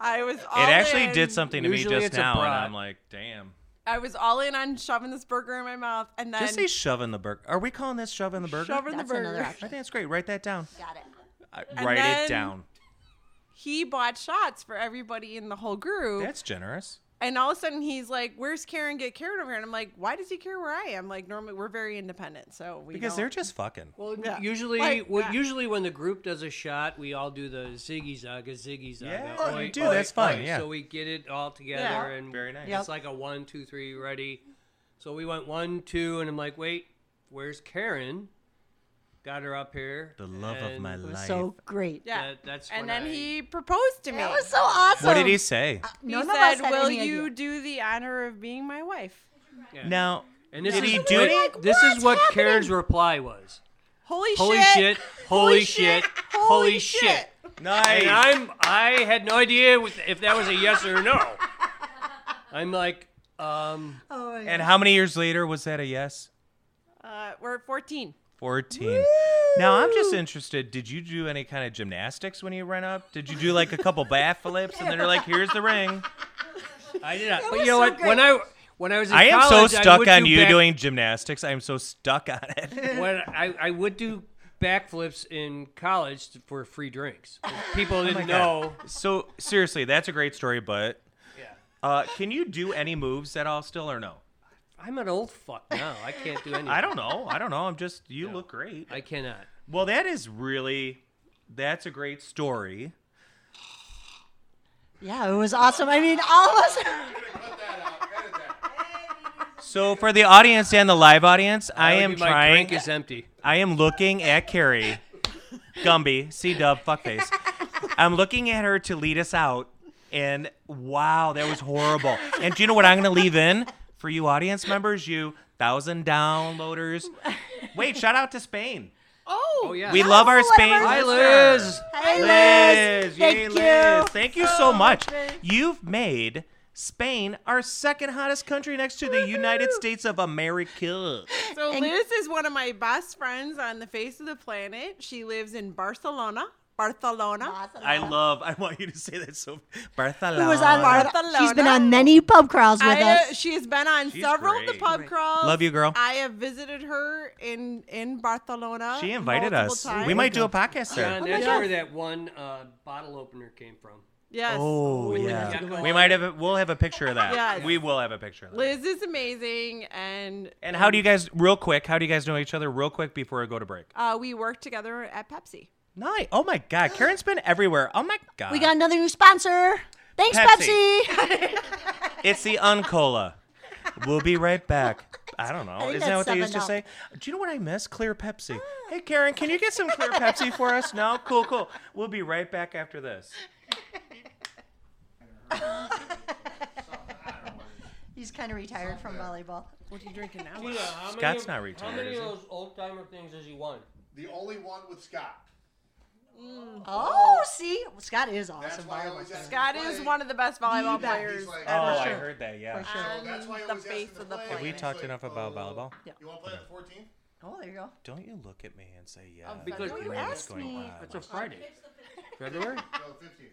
I was all
actually
in.
did something to me
Usually
just
it's a
now, and
brat.
I'm like, damn.
I was all in on shoving this burger in my mouth, and then
Just say shoving the burger. Are we calling this shoving the burger?
shoving
That's
the
another
burger.
I
option.
think that's great. Write that down.
Got it.
I,
And
write
then-
it down.
He bought shots for everybody in the whole group,
That's generous.
and all of a sudden he's like, "Where's Karen? Get Karen over here!" And I'm like, "Why does he care where I am?" Like normally we're very independent, so we
Because
don't-
they're just fucking.
Well,
Yeah.
usually,
Like
well,
that.
usually when the group does a shot, we all do the ziggy zaga, ziggy zaga.
Yeah,
Oi,
you do.
oi,
That's fun,
oi.
yeah.
So we get it all together,
Yeah.
and
Very nice.
Yep.
it's like a one, two, three, ready. So we went one, two, and I'm like, wait, where's Karen? Got her up here.
The love of
and
my
It was
life.
so great.
yeah.
that- that's
and then
when I-
he proposed to me.
That was so awesome.
what did he say?
he
None of
said,
us had
"Will
any
you
idea.
do the honor of being my wife?"
Yeah.
now,
And this
Did
is
he
what-
do it?
Like,
This
what's
is what
happening?
Karen's reply was.
Holy,
Holy
shit!
shit! Holy shit! Holy shit!
nice.
And I'm I had no idea with- if that was a yes or a no. I'm like, um,
Oh, my
And how many years later was that a yes?
Uh, we're at 14.
14. Now, I'm just interested. Did you do any kind of gymnastics when you ran up? Did you do like a couple backflips and then they're like, here's the ring?
I did not. But
was
you know
so
what? When
great.
I when I was in
I am
college,
so
I
stuck
would
on
do
you
back-
doing gymnastics. I'm so stuck on it.
When I, I would do backflips in college for free drinks.
Oh
People didn't know.
So, seriously, that's a great story, but uh, can you do any moves at all still or no?
I'm an old fuck now. I can't do anything.
I don't know. I don't know. I'm just, you look great.
I cannot.
Well, that is really, that's a great story.
Yeah, it was awesome. I mean, all of us.
So, for the audience and the live audience, I
That would
am
be my
trying.
Drink is empty.
I am looking at Carrie, Gumby, C Dub, fuckface. I'm looking at her to lead us out, and wow, that was horrible. And do you know what I'm gonna leave in for you audience members, you thousand downloaders? Wait, shout out to Spain.
Oh,
Oh yeah.
We love our
Hello,
Spain.
Hi,
listener.
Liz.
Hey, Liz.
Liz, yay,
Thank
Liz.
you. Oh,
Thank you so much. You've made Spain our second hottest country next to the United States of America.
So Liz is one of my best friends on the face of the planet. She lives in Barcelona. Barcelona.
Awesome.
I love. I want you to say that so. Barcelona.
Who was on
Barcelona.
She's been on many pub crawls with
I, uh,
us.
she has been on
She's
several of
great.
the pub
Great.
crawls.
Love you, girl.
I have visited her in in Barcelona.
She invited
multiple
us.
times.
We might do a podcast there.
John, that's where that one uh, bottle opener came from.
Yes.
Oh
that's a good
yeah.
one.
We might have. A, we'll have a picture of that.
Yes.
We will have a picture of that.
Liz is amazing, and
And how do you guys, real quick? How do you guys know each other, real quick, before I go to break?
uh, we work together at Pepsi.
Nice. Oh my God, Karen's been everywhere. Oh my God.
We got another new sponsor. Thanks,
Pepsi.
Pepsi.
It's the Uncola. We'll be right back. I don't know.
think
Isn't that what
that's Ah.
they used to
7
say? Do you know what I miss? Clear Pepsi. Hey, Karen, can you get some clear Pepsi for us? No? Cool, cool. We'll be right back after this.
He's kind of retired from volleyball.
What are you drinking now?
Scott's not retired,
How many
is
of
he?
those old timer things has he won?
The only one with Scott.
Oh, see, Scott is awesome.
That's why I
volleyball
always
player.
ask him
Scott
to
is
play.
one of the best volleyball
He's like-
players.
he's like-
Oh,
ever.
For
I
sure.
heard that, yeah.
For sure.
So that's why I
the
always ask
face
him to
of the
play.
planet.
We
He's
talked
like,
enough about
"Uh,
volleyball.
You want to play on the 14th?
Oh, there you go.
Don't you look at me and say yeah.
Because
You
know what's
asked
going
me.
on.
It's a Friday. February?
No, the 15th.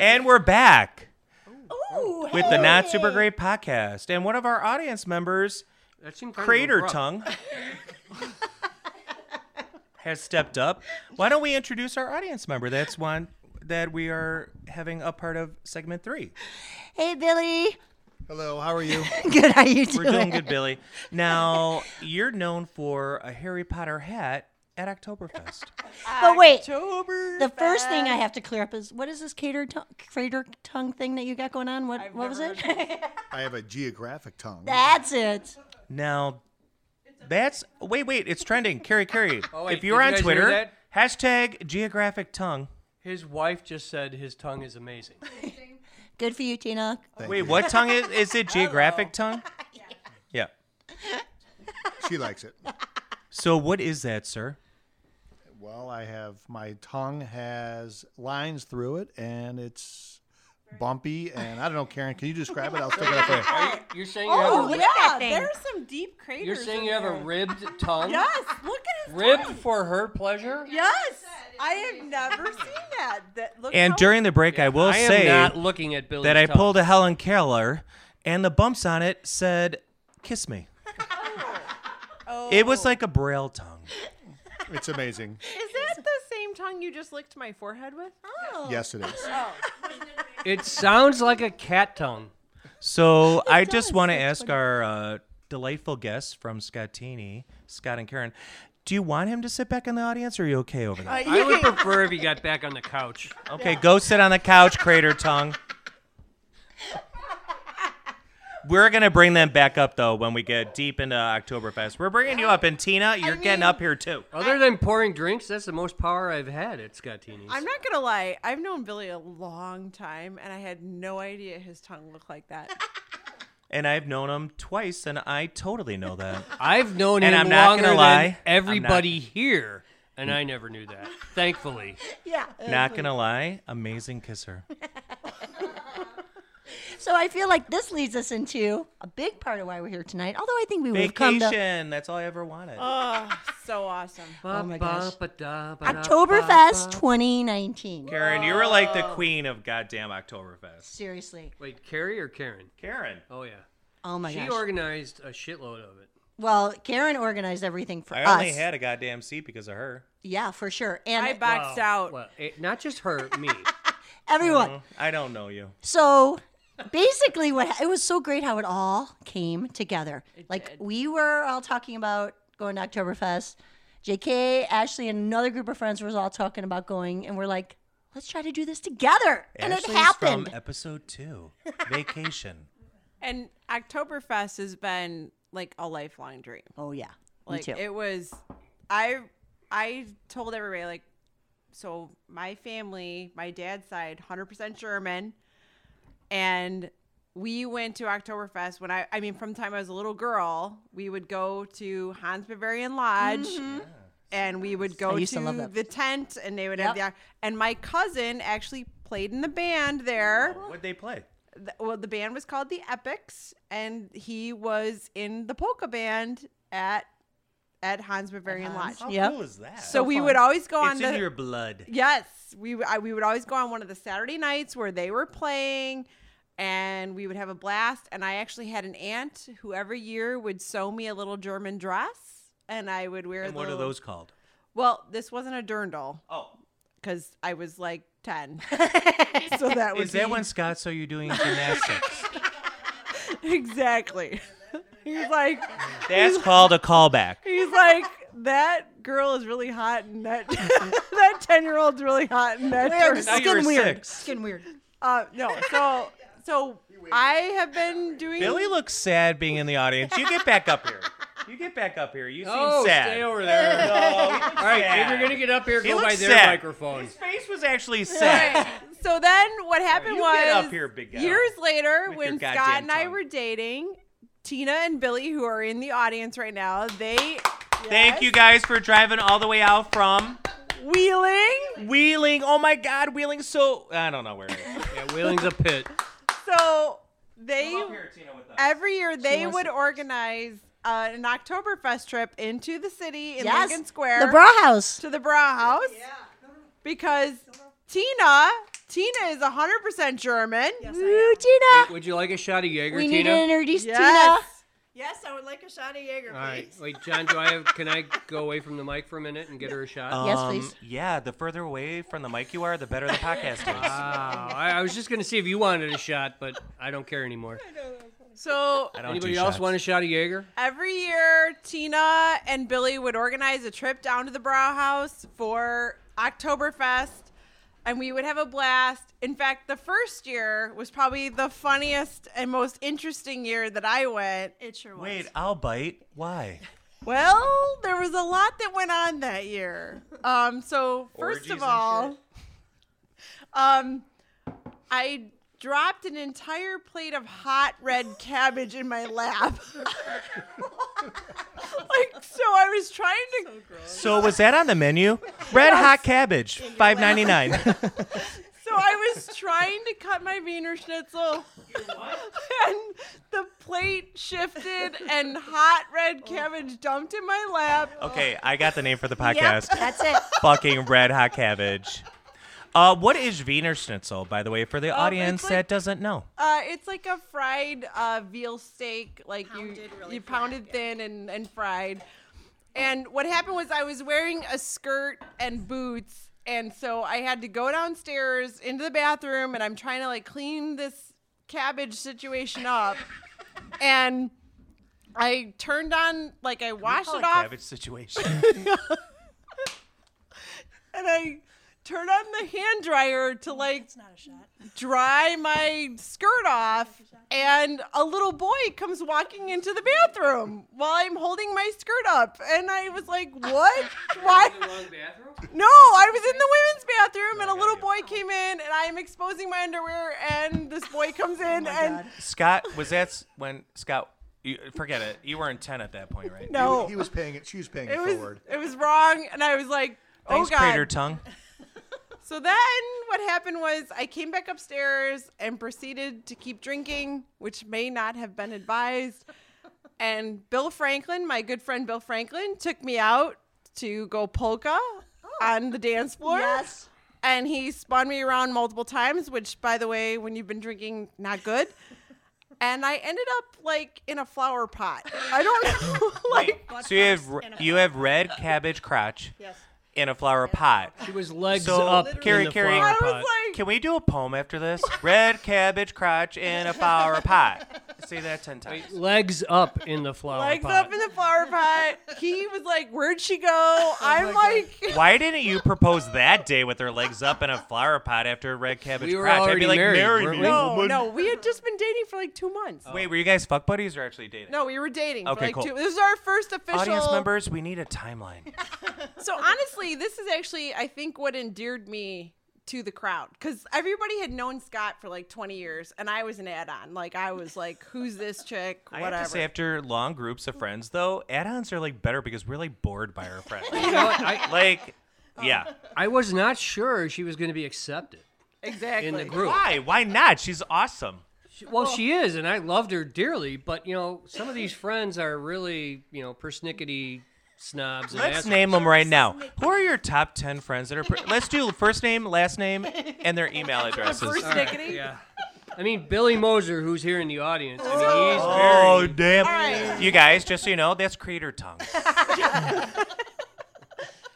And we're back
Ooh,
with the Not
hey.
Super Great podcast. And one of our audience members,
That seemed kind
Crater
of abrupt.
Tongue, has stepped up. Why don't we introduce our audience member? That's one that we are having a part of segment three.
Hey, Billy.
Hello, how are you?
Good. How you doing?
We're doing good, Billy. Now, you're known for a Harry Potter hat at Oktoberfest.
But wait,
October.
the first thing I have to clear up is what is this cater tongue, crater tongue thing that you got going on? What what was
never
it?
I have a geographic tongue.
That's it.
Now, that's wait, wait, it's trending. Carrie, Carrie,
Oh, wait,
if you're
did you
on
guys hear
Twitter,
that?
hashtag geographic tongue.
His wife just said his tongue is amazing.
Good for you, Tina.
Thank
Wait,
you.
what tongue is is it? Geographic tongue? Yeah.
She likes it.
So what is that, sir?
Well, I have my tongue has lines through it, and it's bumpy. And I don't know, Karen, can you describe it? I'll stick it up there.
Are you, you're saying you have
Oh, yeah,
a, ri-
look at that thing.
there's some deep craters.
you're saying
in
you have a
there.
ribbed tongue?
Yes, look at his
Ribbed
tongue.
for her pleasure?
Yes, I have never seen that. That look.
And
how-
during the break, I will
I am
say
not looking at Billy's
that I
tongue.
pulled a Helen Keller, and the bumps on it said, "Kiss me."
Oh.
It was like a braille tongue.
It's amazing.
Is that the same tongue you just licked my forehead with? Oh.
Yes, it is.
It sounds like a cat tongue.
So I just want to ask our uh, delightful guests from Scottini, Scott and Karen, do you want him to sit back in the audience, or are you okay over there?
I would prefer if he got back on the couch.
Okay, go sit on the couch, crater tongue. We're gonna bring them back up though when we get deep into Oktoberfest. We're bringing you up, and Tina, you're getting up here too.
Other than pouring drinks, that's the most power I've had at Scottini's.
I'm not gonna lie. I've known Billy a long time, and I had no idea his tongue looked like that.
And I've known him twice, and I totally know that.
I've known
And
him
I'm not
longer
gonna
than
lie, I'm not-
everybody here, and I never knew that. Thankfully,
Yeah.
Not gonna lie, amazing kisser.
So I feel like this leads us into a big part of why we're here tonight. Although I think we would have come to
Vacation. That's all I ever wanted.
oh, so awesome.
oh
my gosh. Oktoberfest
Oktoberfest.
2019.
Karen, you were like the queen of goddamn Oktoberfest.
Seriously.
Wait, Carrie or Karen?
Karen,
Oh yeah,
Oh my
she
gosh.
organized a shitload of it.
well, Karen organized everything for
I
us.
only had a goddamn seat because of her.
yeah, for sure. And
I boxed out.
Well, it, eh, not just her, me.
everyone.
I don't know you.
So basically, what it was so great how it all came together. like we were all talking about going to Oktoberfest. JK, Ashley, and another group of friends was all talking about going, and we're like, let's try to do this together. And it
Ashley's
happened.
From episode two, vacation.
And Oktoberfest has been like a lifelong dream.
oh yeah,
Like
me too.
it was I I told everybody like so my family, my dad's side 100% German and we went to Oktoberfest when I I mean from the time I was a little girl, we would go to Hans Bavarian Lodge. And we would go
Mm-hmm. used to love
to
that.
the tent, and they would have
Yep.
the. And my cousin actually played in the band
Oh.
there
What'd they play?
th- well the band was called the epics and he was in the polka band at at hans bavarian
Hans.
lodge
How
Yep.
cool is that?
so, we
fun.
would always go on
it's
the
in your blood.
yes we w- I, we would always go on one of the saturday nights where they were playing and we would have a blast and i actually had an aunt who every year would sew me a little german dress and i would wear
And
the
what are
little-
those called?
well this wasn't a dirndl
Oh,
because i was like 10 so that was
is that when Scott saw you doing gymnastics?
exactly he's like
That's called a callback.
He's like, that girl is really hot, and that that ten year old's really hot, and that
Weird.
person-
Now you were
Skin weird.
six.
Skin weird.
uh, no. So so I have been doing.
Billy looks sad being in the audience. You get back up here. You get back up here. You seem
Oh,
sad.
stay over there.
Oh, he looks
All right,
sad.
if you're gonna get up here,
He
go by
looks
their
sad.
microphone.
His face was actually sad.
So then what happened
you
was
get up here, big guy,
years later
with
when
your
Scott
goddamn
and I
tongue.
were dating, Tina and Billy, who are in the audience right now, they
Thank you guys for driving all the way out from
wheeling.
Wheeling. Oh my God, Wheeling. So I don't know where. It is.
Yeah, Wheeling's a pit.
So they
Come up here, Tina, with us.
every year they
wants
would
to-
organize uh, an Oktoberfest trip into the city in
Yes.
Lincoln Square.
The Bra House.
to the bra house because Tina Tina is 100% German.
Ooh, Tina.
Would you like a shot of Jaeger,
We need to
Tina?
introduce
Yes.
Yes, I would like a shot of Jaeger,
All right,
please.
wait, John. Do I have? Can I go away from the mic for a minute and get her a shot?
Oh.
Yes, please.
Um, Yeah, the further away from the mic you are, the better the podcast is.
Wow. I, I was just gonna see if you wanted a shot, but I don't care anymore.
So
I don't
Anybody
do
else
shots.
want a shot of Jaeger?
every year, Tina and Billy would organize a trip down to the Brow House for Oktoberfest, and we would have a blast. In fact, the first year was probably the funniest and most interesting year that I went.
It sure was.
Wait, I'll bite. Why?
Well, there was a lot that went on that year. Um, so first
Orgies
of
and
all, um, I dropped an entire plate of hot red cabbage in my lap. like so, I was trying to.
So was that on the menu? Red hot cabbage, five ninety nine.
So I was trying to cut my Wiener Schnitzel. and the plate shifted, and hot red cabbage dumped in my lap.
Okay, I got the name for the podcast.
That's it.
Fucking red hot cabbage. Uh, what is Wiener Schnitzel, by the way, for the
it's
audience
like-
that doesn't know?
Uh, it's like a fried uh, veal steak, like you
Pounded really
you
flat,
pounded thin and, and fried. And what happened was I was wearing a skirt and boots, and so I had to go downstairs into the bathroom, and I'm trying to like clean this cabbage situation up, and I turned on like I washed it off
Cabbage situation.
and I turned on the hand dryer to like
It's not a shot.
dry my skirt off, and a little boy comes walking into the bathroom while I'm holding my skirt up. And I was like, What? Why? No, I was in the women's bathroom, and a little boy came in, and I'm exposing my underwear, and this boy comes
Oh
in, and
Scott, was that s- when Scott? You, forget it. You were in ten at that point, right?
He,
no,
he was paying it. She was paying
Oh. it
it
was
forward.
it was wrong, and I was like, Oh
Thanks,
God.
Crater Tongue.
So then what happened was I came back upstairs and proceeded to keep drinking, which may not have been advised. And Bill Franklin, my good friend Bill Franklin, took me out to go polka on the dance floor.
Yes.
And he spun me around multiple times, which, by the way, when you've been drinking, not good. And I ended up like in a flower pot. I don't know. like,
So you have r- you have red cabbage crotch
Yes.
in a flower pot.
She was legs
So,
up
Carrie,
in the
Carrie-
flower
I was
pot.
like,
Can we do a poem after this? Red cabbage crotch in a flower pot. Say that ten times.
legs up in the flower
legs
pot.
up in the flower pot. He was like, "Where'd she go?"
Oh
I'm like,
Why didn't you propose that day with her legs up in a flower pot after a red cabbage
We were
crotch? I'd
already
be like,
married,
marry
weren't
me.
we?
"No, no, we had just been dating for like two months.
Wait, were you guys fuck buddies or actually dating?
No, we were dating for
Oh. Okay,
like
cool.
two. This is our first official.
Audience members, we need a timeline.
So honestly, this is actually, I think, what endeared me to the crowd because everybody had known Scott for like 20 years, and I was an add-on. Like I was like, "Who's this chick?"
I
Whatever.
have to say, after long groups of friends, though, add-ons are like better because we're like bored by our friends.
I,
like, yeah.
I was not sure she was going to be accepted
exactly.
in the group.
Why? Why not? She's awesome.
She- well, she is, and I loved her dearly. But you know, some of these friends are really, you know, persnickety snobs. And
Let's
assholes.
name them right now. Who are your top ten friends that are? Pr- Let's do first name, last name, and their email addresses.
First nickety.
Yeah. I mean, Billy Moser, who's here in the audience. I mean, he's
Oh
very-
damn!
right.
You guys, just so you know, that's Creator Tongue.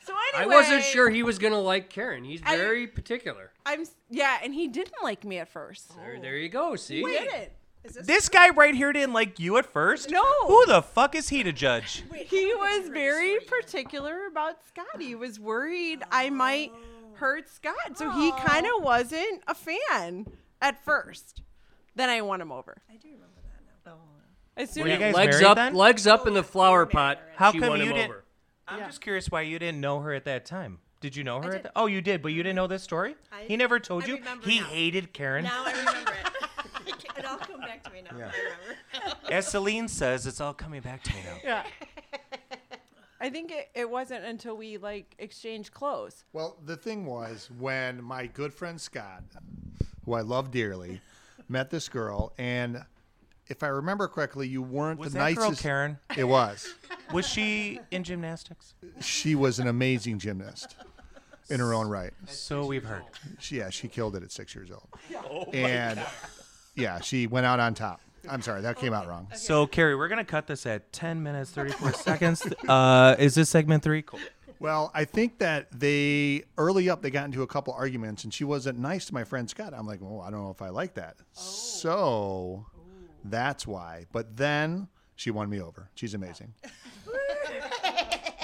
So
I
anyway,
wasn't sure he was gonna like Karen. He's
I-
very particular.
I'm s- yeah, and he didn't like me at first.
There, there you go. See,
He didn't.
This guy right here didn't like you at first.
No.
Who the fuck is he to judge?
he was very particular about Scott. He was worried I might hurt Scott. So he kind of wasn't a fan at first. Then I won him over. I do remember that now. As soon
Were you
as
guys
legs
married
up,
then?
legs up in the flower pot.
How
she
come
won
you
him
didn't-
over.
I'm just curious why you didn't know her at that time. Did you know her? At the- oh, you did, but you didn't know this story.
I-
he never told
I
you.
remember
He
now.
hated Karen.
Now I remember it. it all come back to me now. I remember.
As Celine says, it's all coming back to me now.
Yeah. I think it, it wasn't until we like exchanged clothes.
Well, the thing was when my good friend Scott, who I love dearly, met this girl, and if I remember correctly, you weren't
Was
the
that girl
nicest.
Karen?
It was.
Was she in gymnastics?
She was an amazing gymnast in her own right.
So we've heard. Oh
She, yeah, she killed it at six years old. and yeah, she went out on top. I'm sorry, that came out wrong.
So, Carrie, we're going to cut this at 10 minutes, 34 seconds. Uh, is this segment three? Cool.
Well, I think that they early up they got into a couple arguments, and she wasn't nice to my friend Scott. I'm like, well, I don't know if I like that. So that's why. But then she won me over. She's amazing.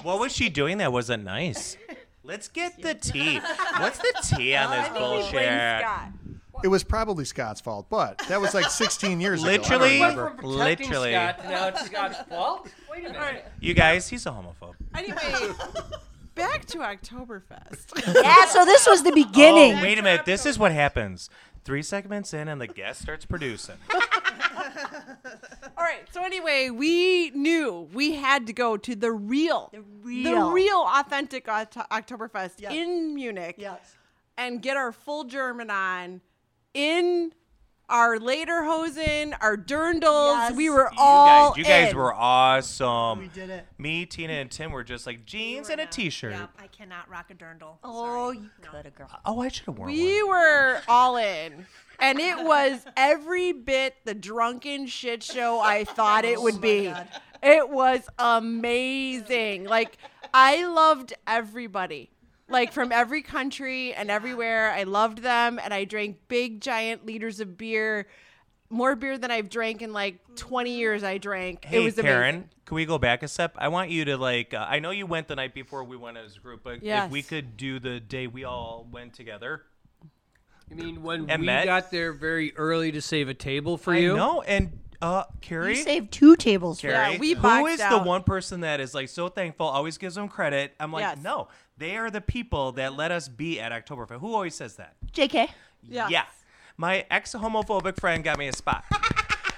What was she doing that wasn't nice? Let's get the tea. What's the tea on this bullshit?
Scott.
It was probably Scott's fault, but that was like 16 years
Literally-
ago. I don't
From
remember.
protecting
Literally.
Scott, to now it's Scott's fault. Wait a minute.
You guys, he's a homophobe.
Anyway, back to Oktoberfest.
Yeah, so this was the beginning.
Oh, wait a minute. This is what happens. Three segments in, and the guest starts producing.
All right. So anyway, we knew we had to go to the real, the
real.
authentic Oct- Oktoberfest
Yeah.
in Munich,
Yes.
and get our full German on in our lederhosen, our dirndls.
Yes.
We were
You
all
guys, you guys
in.
were awesome.
We did it.
Me, Tina, and Tim were just like jeans and a t-shirt.
Yep, I cannot rock a dirndl.
Oh,
Sorry.
you could have, girl.
Oh, I should have worn
We
one.
were all in. And it was every bit the drunken shit show I thought it
Oh
would be. It was amazing. Like I loved everybody. Like from every country and everywhere. I loved them and I drank big giant liters of beer. More beer than I've drank in like 20 years I drank.
Hey,
it was
Karen,
amazing.
can we go back a step? I want you to like. Uh, I know you went the night before we went as a group, but if
Yes.
we could do the day we all went together.
I mean, when
And
we
Matt?
got there very early to save a table for you.
No, and uh, Carrie.
You saved two tables for
Carrie,
Yeah, we
who
boxed
is the
out.
one person that is like so thankful, always gives them credit? I'm like,
Yes.
no, they are the people that let us be at Oktoberfest. Who always says that?
JK.
Yes.
Yeah. My ex homophobic friend got me a spot.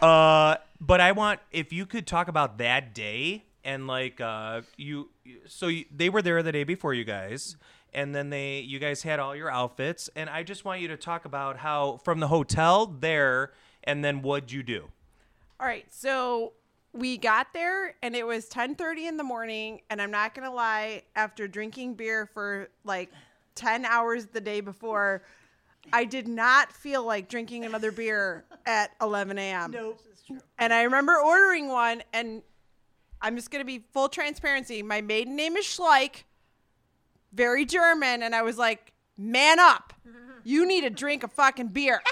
uh, but I want, if you could talk about that day and like, uh, you, so you, they were there the day before you guys. And then they, you guys had all your outfits, and I just want you to talk about how from the hotel there, and then what'd you do?
All right, so we got there and it was 10:30 in the morning and I'm not going to lie after drinking beer for like 10 hours the day before I did not feel like drinking another beer at 11 a.m. Nope. And I remember ordering one and I'm just going to be full transparency. My maiden name is Schleich, very German. And I was like, man up. You need to drink a fucking beer.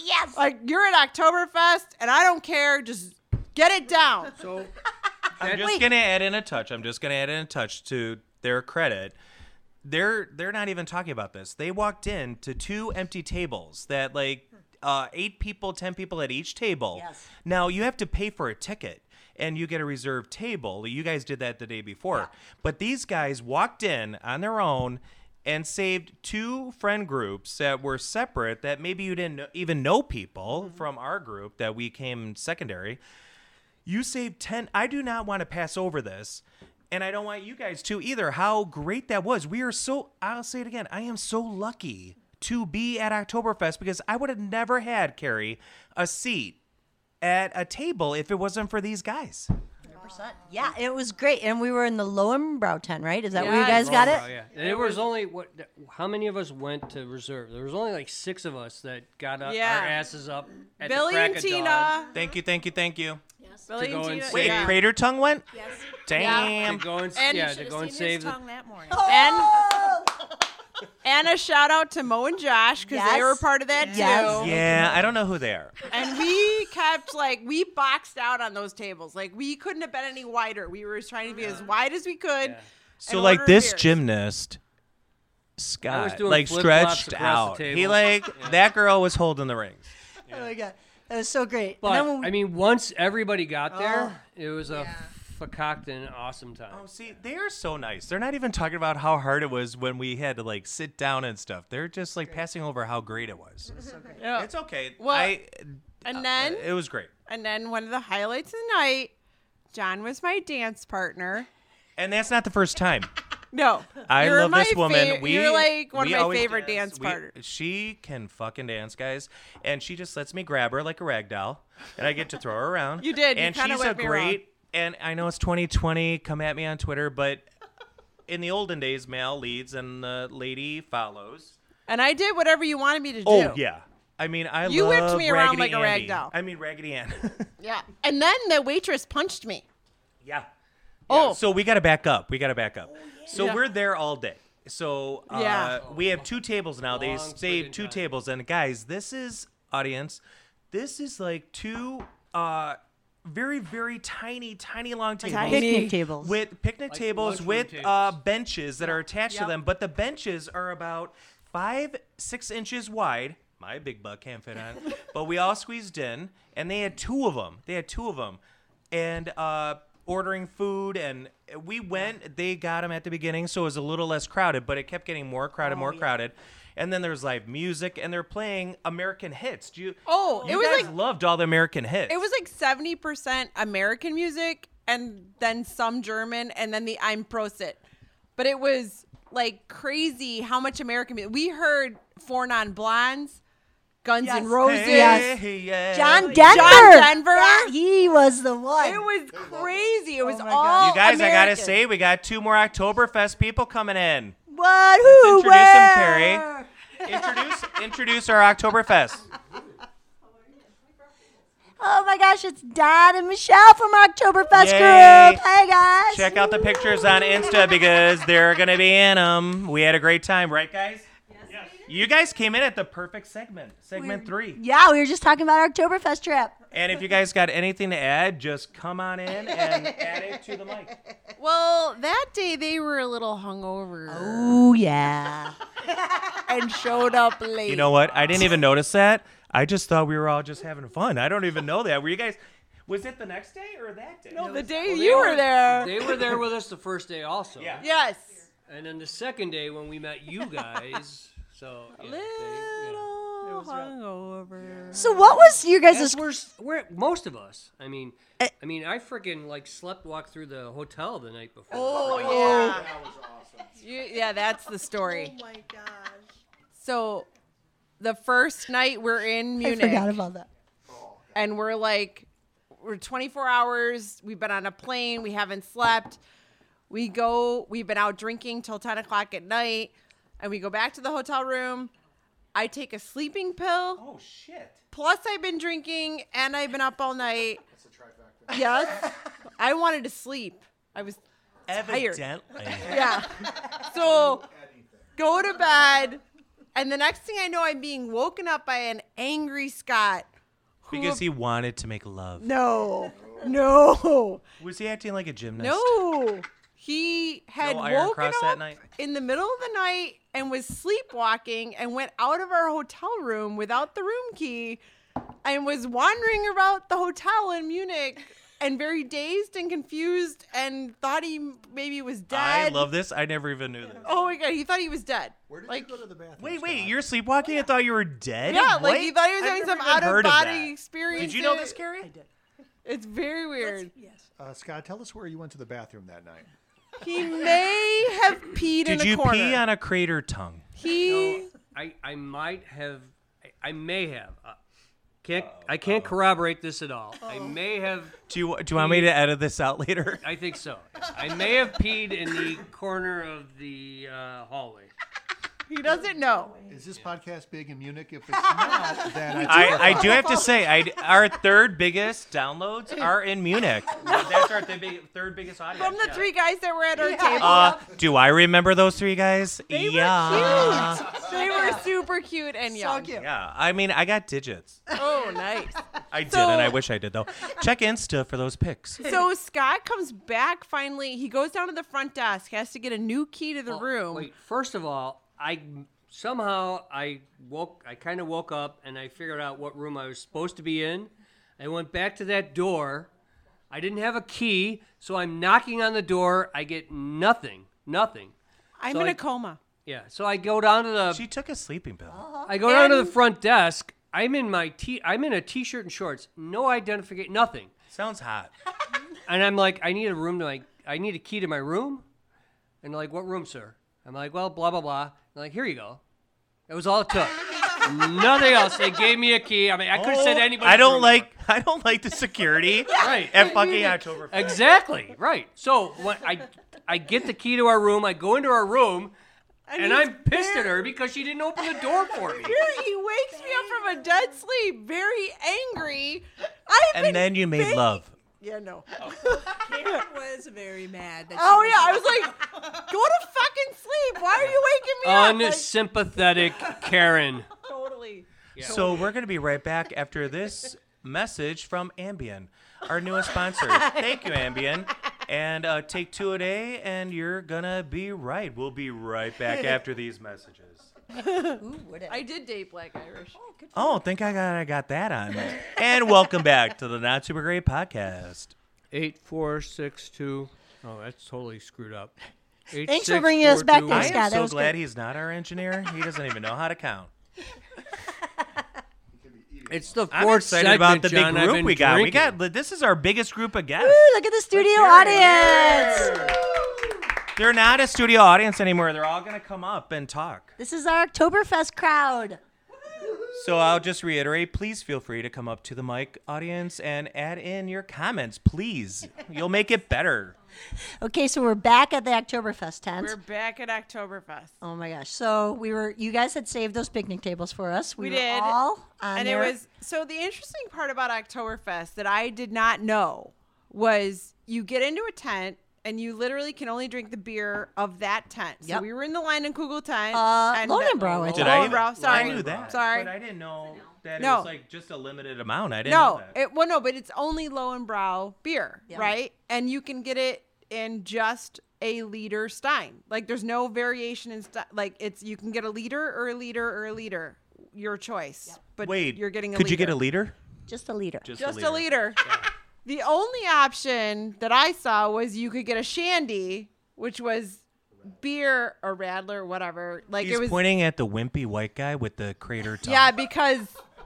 Yes.
Like you're at Oktoberfest, and I don't care. Just get it down.
So
I'm just gonna add in a touch. I'm just gonna add in a touch to their credit. They're they're not even talking about this. They walked in to two empty tables that like uh, eight people, ten people at each table.
Yes.
Now you have to pay for a ticket and you get a reserved table. You guys did that the day before. But these guys walked in on their own and saved two friend groups that were separate that maybe you didn't know, even know people from our group that we came secondary. You saved 10. I do not want to pass over this. And I don't want you guys to either. How great that was. We are so, I'll say it again. I am so lucky to be at Oktoberfest because I would have never had, Carrie, a seat at a table if it wasn't for these guys.
Yeah, it was great. And we were in the Lowenbrow tent, right? Is that where you
Yes.
guys got
Oh,
it?
yeah. And it was only what? How many of us went to reserve? There was only like six of us that got up,
Yeah.
our asses up at
Billy
the crack
and
of dawn
Tina.
Thank you, thank you, thank you.
Billy
To go
and
and
Tina.
save-
Wait,
yeah.
Crater Tongue went?
Yes.
Damn.
to go and,
And you
yeah,
Should
to
have
go
seen
and
his
save the.
tongue that morning.
And and a shout out to Mo and Josh because
Yes.
they were part of that
Yes.
too.
Yeah, I don't know who they are.
And we kept like we boxed out on those tables. Like we couldn't have been any wider. We were trying to be as wide as we could.
Yeah.
So
and
like
order
this
beers.
gymnast,
I was
Scott,
doing
like
flip-flops
stretched
across
out.
the
He
table.
like that girl was holding the rings.
Oh my god, that was so great.
But
and then when-
I mean, once everybody got there, it was a fucking awesome time.
Oh, see, they are so nice. They're not even talking about how hard it was when we had to like sit down and stuff. They're just like passing over how great it was.
Yeah.
It's okay.
Well,
I,
And then
it was great.
and then one of the highlights of the night, John was my dance partner.
And that's not the first time.
No,
I
You're
love
my
this woman.
fav-
we
you're like one
we
of my
always
favorite dance,
We-
partners.
She can fucking dance, guys, and she just lets me grab her like a rag doll, and I get to throw her around.
You did. You
And
kinda
she's a
whipped me around.
great. And I know it's 2020. Come at me on Twitter, but in the olden days, male leads and the lady follows.
And I did whatever you wanted me to do.
Oh, yeah. I mean, I
You whipped
love
me around
Raggedy
like a rag
Andy.
doll.
I mean, Raggedy Ann.
Yeah. And then the waitress punched me.
yeah.
Oh.
So we got to back up. We got to back up. So
Yeah.
we're there all day. So uh,
Yeah.
we have two tables now. They
Long
saved
friggin'
two
time.
tables. And guys, this is audience. This is like two uh, very very tiny tiny long tables.
Picnic tables.
with picnic tables
lunchroom
with
tables.
Uh, benches that are attached to
Yep.
them but the benches are about five six inches wide my big butt can't fit on it, but we all squeezed in and they had two of them they had two of them and uh ordering food and we went they got them at the beginning so it was a little less crowded but it kept getting more
Oh,
crowded more crowded and then there was live music and they're playing american hits do you
Oh,
you
it was
guys
like-
loved all the american hits
It was like 70% American music and then some German and then the I'm Prosit. But it was like crazy how much American music. We heard Four Non Blondes, Guns
Yes.
N' Roses.
Hey, yeah.
John Denver.
Denver?
That- he was the one.
It was crazy. It was
my God.
all
You guys, I gotta
American.
say, we got two more Oktoberfest people coming in.
what? Who?
Introduce
where?
them, Carrie. Introduce, introduce our Oktoberfest.
Oh my gosh, it's Don and Michelle from Oktoberfest
Yay.
Group. Hey guys.
Check out the pictures on Insta because they're gonna be in them. We had a great time, right, guys? Yes. You guys came in at the perfect segment, segment three.
Yeah, we were just talking about our Oktoberfest trip.
And if you guys got anything to add, just come on in and add it to the mic.
Well, that day they were a little hungover
Oh yeah.
and showed up late.
You know what? I didn't even notice that. I just thought we were all just having fun. I don't even know that. Were you guys? Was it the next day or that day?
the day
Well, they
you were there.
They were there with us the first day also.
Yeah.
yes.
And then the second day when we met you guys. So yeah, they-
Little
yeah.
hungover.
So what was you guys'
As we're, s- we're most of us. I mean,
Eh.
I mean, I freaking like slept walk through the hotel the night before.
Oh, yeah. You- yeah, that's the story.
Oh my gosh.
So the first night we're in
I
Munich
forgot about that.
and we're like we're 24 hours, we've been on a plane, we haven't slept. We go, we've been out drinking till 10 o'clock at night, and we go back to the hotel room. I take a sleeping pill.
Oh shit.
Plus, I've been drinking and I've been up all night. That's a trifecta. Yes. I wanted to sleep. I was,
Evidently.
yeah. So go to bed. And the next thing I know, I'm being woken up by an angry Scott. who-
Because he wanted to make love.
No. No.
Was he acting like a gymnast?
No. He had
No Iron
woken
Cross
up
that night?
in the middle of the night and was sleepwalking and went out of our hotel room without the room key and was wandering about the hotel in Munich and very dazed and confused and thought he maybe was
I
dead.
love this. I never even knew this.
Oh my god, he thought he was dead.
Where did
Like-
you go to the bathroom?
Wait, wait, you're sleepwalking? I thought you were dead?
Yeah,
What?
like he thought he was
I've
having
never
some
even
out of
heard
body
that.
experience.
Did you know this,
It-
Carrie?
It's very weird.
Yes.
Uh, Scott, tell us where you went to the bathroom that night.
He may have peed in
Did
the
you
corner.
pee on a crater tongue?
he
I, I might have, I, I may have. Uh, can't I can't corroborate this at all. I may have.
Do you, do you want me to edit this out later?
I think so. I may have peed in the corner of the uh, hallway.
he doesn't know.
Is this podcast big in Munich? If it's not, then
I, I do have to say, I, our third biggest downloads are in Munich. That's our third, big, third biggest audience.
From the
yeah.
three guys that were at our table.
Uh, do I remember those three guys?
They
yeah.
were cute. They were super cute and young.
Yeah. I mean, I got digits.
Oh, nice.
I did,
So-
and I wish I did though. Check Insta for those pics.
So Scott comes back finally. He goes down to the front desk, has to get a new key to
Oh,
the room.
Wait, first of all, I somehow I woke I kind of woke up and I figured out what room I was supposed to be in. I went back to that door. I didn't have a key, so I'm knocking on the door. I get nothing. Nothing.
I'm
so
in a
I-
coma.
Yeah, so I go down to the
She took a sleeping pill.
I go down to the front desk. I'm in my t I'm in a t-shirt and shorts. No identification, nothing.
Sounds hot.
And I'm like, I need a room to my, I need a key to my room. And they're like, what room, sir? I'm like, well, blah, blah, blah. And they're like, here you go. That was all it took. Nothing else. They gave me a key. I mean, I could have said
Oh,
anybody.
I don't like. I don't like the security
Right.
at fucking October.
Exactly. Right. So when I, I get the key to our room, I go into our room. and I'm pissed at her because she didn't open the door for me.
Here he wakes me up from a dead sleep, very angry. I have been
And then you made love.
yeah, no.
Karen was very mad. That
Oh
she
yeah, I was like, go to fucking sleep. Why are you waking me up? Like,
Unsympathetic Karen.
totally.
So we're going to be right back after this message from Ambien, our newest sponsor. Thank you, Ambien. And uh, take two a day, and you're going to be right. We'll be right back after these messages.
Who would
I did date black Irish.
Oh, think I got, I got that on. And welcome back to the Not Super Great podcast.
Eight four six two. Oh, that's totally screwed up. Eight,
Thanks for
six,
bringing us
four,
back
two,
to
one.
I
Scott,
am
that
so
was
glad
good.
he's not our engineer. He doesn't even know how to count.
It's the 4th
I'm excited
segment,
about the
John. I've
big group
been
we got.
Drinking.
We got this is our biggest group of guests.
Woo, look at the studio audience.
They're not a studio audience anymore. They're all going to come up and talk.
This is our Oktoberfest crowd.
So I'll just reiterate please feel free to come up to the mic, audience, and add in your comments, please. You'll make it better.
Okay, so we're back at the Oktoberfest tent.
We're back at Oktoberfest.
Oh my gosh! So we were, you guys had saved those picnic tables for us. We,
We
were
did.
all on
and
there.
it was so the interesting part about Oktoberfest that I did not know was you get into a tent and you literally can only drink the beer of that tent. So
Yep.
we were in the line in Kugel tent.
Uh,
and
Lodenbrow, I
Oh,
think. Did
I
Lodenbrow,
even-
sorry.
I knew that.
Sorry.
But I didn't know that it
No.
was like just a limited amount. I didn't know
no,
that.
it, well, no, but it's only low and brow beer,
Yeah.
right? And you can get it in just a liter stein. Like there's no variation in sti- like it's you can get a liter or a liter or a liter, your choice. But
Wait,
you're getting a
could you get a
liter.
leader?
just a leader.
Just a leader. The only option that I saw was you could get a shandy, which was beer or radler, whatever. Like
He's
it was
pointing at the wimpy white guy with the crater tongue.
yeah, because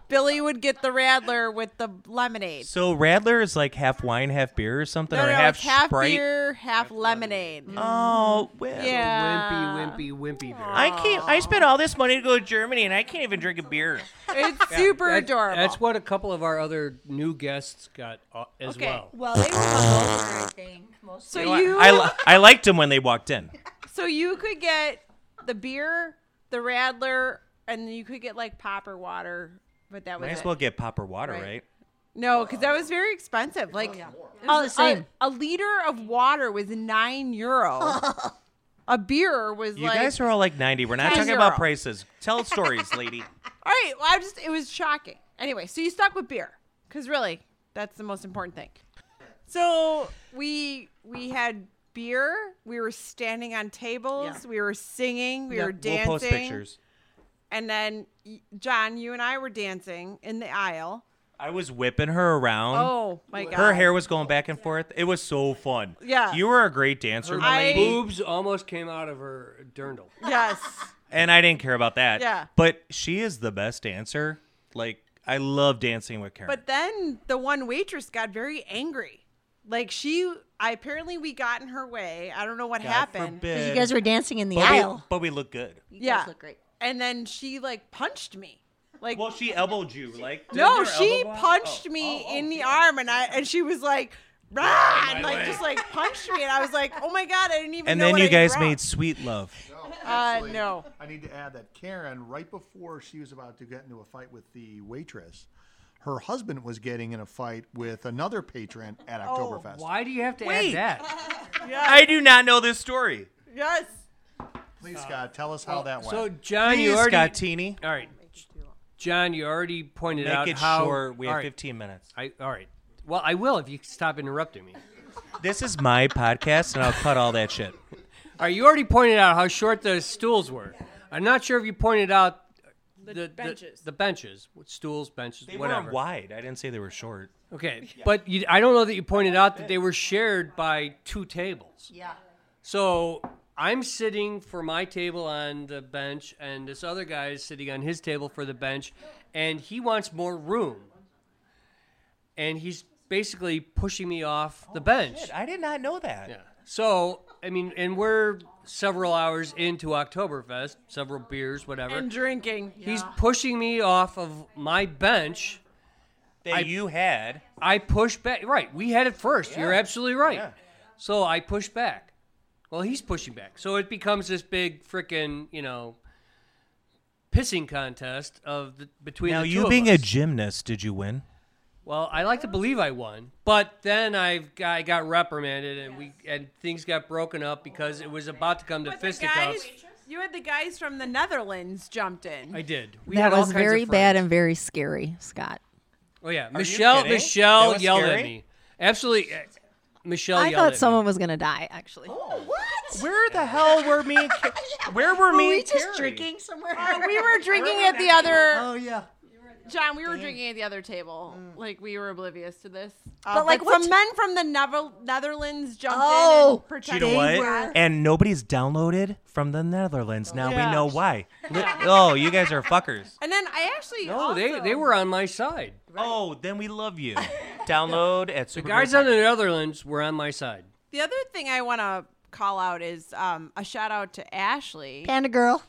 Billy would get the radler with the lemonade.
So Radler is like half wine, half beer, or something,
No,
or
no,
half
it's half
Sprite.
beer, half lemonade.
Oh well.
Mm. Yeah,
Wimpy, wimpy, wimpy. bear.
I can't. I spent all this money to go to Germany, and I can't even drink a beer.
it's super
That-
adorable.
That's what a couple of our other new gusts got uh, as
Okay.
well.
Well, they were hungover, I think. Most
so you
I, li- I liked them when they walked in.
so you could get the beer, the radler, and you could get like popper water, but that was
Might as
it.
well get popper water, right?
Right. No, because that was very
Oh,
expensive. Like
It was the same.
A, a liter of water was nine euro. a beer was
You
like
guys are all like ninety. We're not
10
talking about
euro.
prices. Tell stories, lady.
all right. Well, I just it was shocking. Anyway, so you stuck with beer because really that's the most important thing. So we we had beer. We were standing on tables. We were singing. We were
We'll
dancing.
post pictures.
And then y- John, you and I were dancing in the aisle.
I was whipping her around.
Oh my god!
Her hair was going back and forth. It was so fun.
Yeah.
You were a great dancer, my
I-
lady.
Boobs almost came out of her dirndl.
Yes.
and I didn't care about that.
Yeah.
But she is the best dancer. Like I love dancing with Karen.
But then the one waitress got very angry. Like she, I apparently we got in her way. I don't know what
God
happened.
forbid.
you guys were dancing in the
but we,
aisle.
but we look good.
You
yeah.
guys look great.
And then she like punched me. Like
Well, she elbowed you, like didn't
no,
your
she
elbow go out?
punched
Oh.
me
Oh, oh,
in the
yeah.
arm, and I and she was like. Rah! And like
leg.
just like punched me, and I was like, "Oh my god, I didn't even."
And
know
then
what
you
I did
guys
wrong.
made sweet love.
Uh,
Actually,
no.
I need to add that Karen, right before she was about to get into a fight with the waitress, her husband was getting in a fight with another patron at Oktoberfest.
Why do you have to
Wait.
add that?
I do not know this story.
Yes,
Please, Scott, tell us how that went.
So John,
Please,
Uh, you already
Scottini,
all right. John, you already pointed out
make it
how.
short. We have
all right,
15 minutes.
I, all right. Well, I will if you stop interrupting me.
This is my podcast, and I'll cut all that shit.
All right, you already pointed out how short the stools were. I'm not sure if you pointed out the, the
benches.
The, benches, stools, benches,
They
whatever.
were wide. I didn't say they were short.
Okay, but you, I don't know that you pointed out that they were shared by two tables.
Yeah.
So I'm sitting for my table on the bench, and this other guy is sitting on his table for the bench, and he wants more room. And he's basically pushing me off
Oh,
the bench.
I did not know that.
Yeah. So, I mean, and we're several hours into Oktoberfest, several beers, whatever.
and drinking.
He's pushing me off of my bench.
That you had.
I push back. Right, we had it first. You're absolutely right.
Yeah.
So I push back. Well, he's pushing back. So it becomes this big frickin', you know, pissing contest of the, between
Now,
the two
you
of
being a
us.
gymnast, did you win?
Well, I like to believe I won, but then I I got reprimanded and we and things got broken up because it was about to come to
But the guys,
fisticuffs.
you had the guys from the Netherlands jumped in.
I did. We
That
had all
was
kinds of
very bad
friends.
and very scary, Scott.
oh yeah, Michelle
kidding? That
Michelle
was
yelled
scary?
at me. Absolutely, uh, Michelle.
I
yelled
thought
at
someone
Me.
was gonna die. Actually,
Where the hell were me? And Ca- Where were me?
we
and
just
Carrie?
drinking somewhere?
we were drinking at the other
oh yeah.
John. We were drinking at the other table.
Mm.
Like we were oblivious to this.
But,
Uh, but
like,
like,
what
some
t-
men from the Never- Netherlands jumped in
Oh,
and protected.
You know
They
what?
were-
And nobody's downloaded from the Netherlands. Now
Yeah.
we know why. Li- Oh, you guys are fuckers.
And then I actually
No, they
also-
they were on my side.
Oh, then we love you. Download at
The
Super.
guys on the Netherlands were on my side.
The other thing I want to call out is um, a shout out to Ashley,
Panda girl.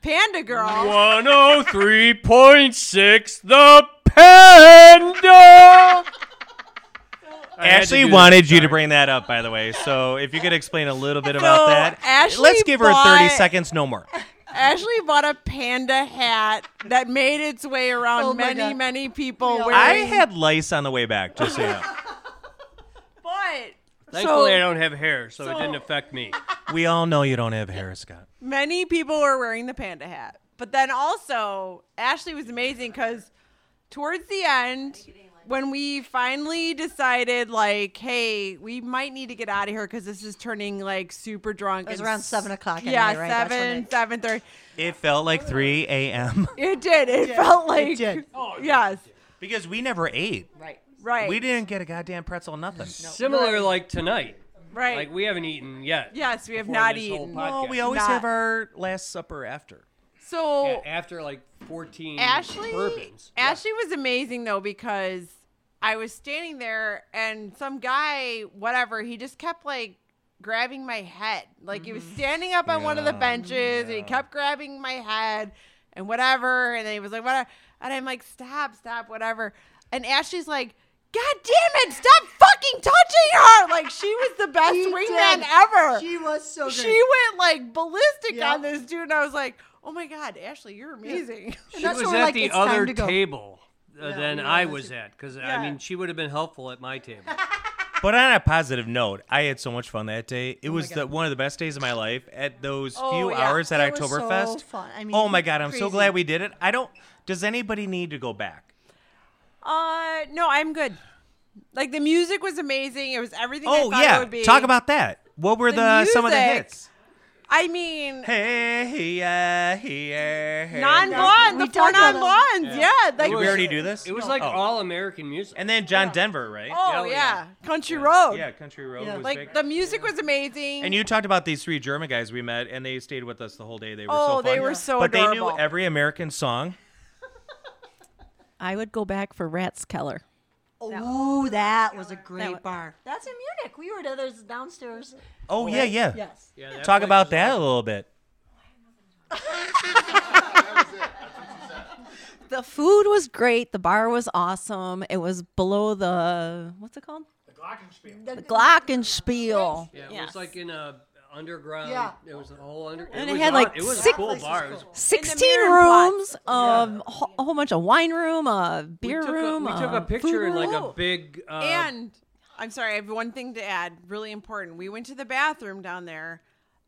Panda Girl.
103.6 The Panda!
Ashley wanted you to bring that up, by the way. So if you could explain a little bit about
So,
that,
Ashley
let's give her thirty
bought-
seconds, no more.
Ashley bought a panda hat that made its way around
Oh my
many,
God.
many people. Wearing,
I had lice on the way back. Just so you know.
but
Thankfully, I
so
don't have hair, so, it didn't affect me.
we all know you don't have hair, Scott.
many people were wearing the panda hat. But then also, Ashley was amazing because towards the end, when we finally decided, like, hey, we might need to get out of here because this is turning like super drunk.
It was
and
around
s-
seven o'clock. at
Yeah,
night, right? That's when
seven,
it-
seven thirty.
It felt like three a.m.
It did. It felt like.
It did.
Oh, Yes.
because we never ate.
Right.
We didn't get a goddamn pretzel, nothing.
Similar like tonight.
Right.
Like, we haven't eaten yet.
yes, we have
before
not
this whole
eaten.
podcast.
Well, Oh, we always
Not-
have our last supper after.
So
Yeah, after like 14
Ashley,
bourbons.
Ashley was amazing though because I was standing there and some guy, whatever, he just kept like grabbing my head. Like he was
Mm-hmm.
standing up on one of the benches and he kept grabbing my head and whatever. And then he was like, whatever. And I'm like, stop, stop, whatever. And Ashley's like, God damn it, stop fucking touching her. Like she was the best
He
wingman
did.
ever
She was so good.
she went like ballistic
Yeah.
on this dude, and I was like, "Oh my god, Ashley, you're amazing."
She
that's
was
when
at
we're like,
the
"It's time
other
to go."
table uh, than
we
I
all
was at, because,
Yeah.
I mean, she would have been helpful at my table.
But on a positive note, I had so much fun that day.
Oh
It was the, one of the best days of my life at those few
yeah.
hours at
It was
Oktoberfest.
so fun. I mean,
oh my god, I'm so
crazy.
glad we did it. I don't. Does anybody need to go back?
uh, no, I'm good. Like the music was amazing. It was everything.
Oh
I thought
yeah,
it would be.
talk about that. What were
The
the, some of the
music.
hits?
I mean,
Hey, yeah, here, here.
non blonde,
We
the four
talked about
non blondes. Yeah. like
Did we already do this?
It was like
Oh.
all American music.
And then John Denver, right?
oh
Oh,
yeah.
yeah.
country road.
Yeah, Country Road
Yeah.
was
Like
big.
the music was amazing.
and you talked about these three German guys we met, and they stayed with us the whole day. They were
Oh,
so
they
fun.
were so
But they knew
adorable.
every American song.
I would go back for Rats Keller.
Ooh, that was a great
was-
bar. That's in Munich. We were there. There's downstairs.
Oh, yeah, yeah.
Yes.
Yeah, that
Talk
place
about
was
that a little bit.
The food was great. The bar was awesome. It was below the what's it called? The Glockenspiel.
Yeah, it was like in a underground.
Yeah.
It was a whole under.
And
it
it
was
had,
on-
like,
It was a
six-
cool
Place was
bar.
cool.
It was-
Sixteen
mirror pot.
rooms, um, wh- a whole bunch of wine room, a beer
we took
room.
A, we took a picture
food
in like
room.
a big. Uh,
and I'm sorry, I have one thing to add. Really important. We went to the bathroom down there,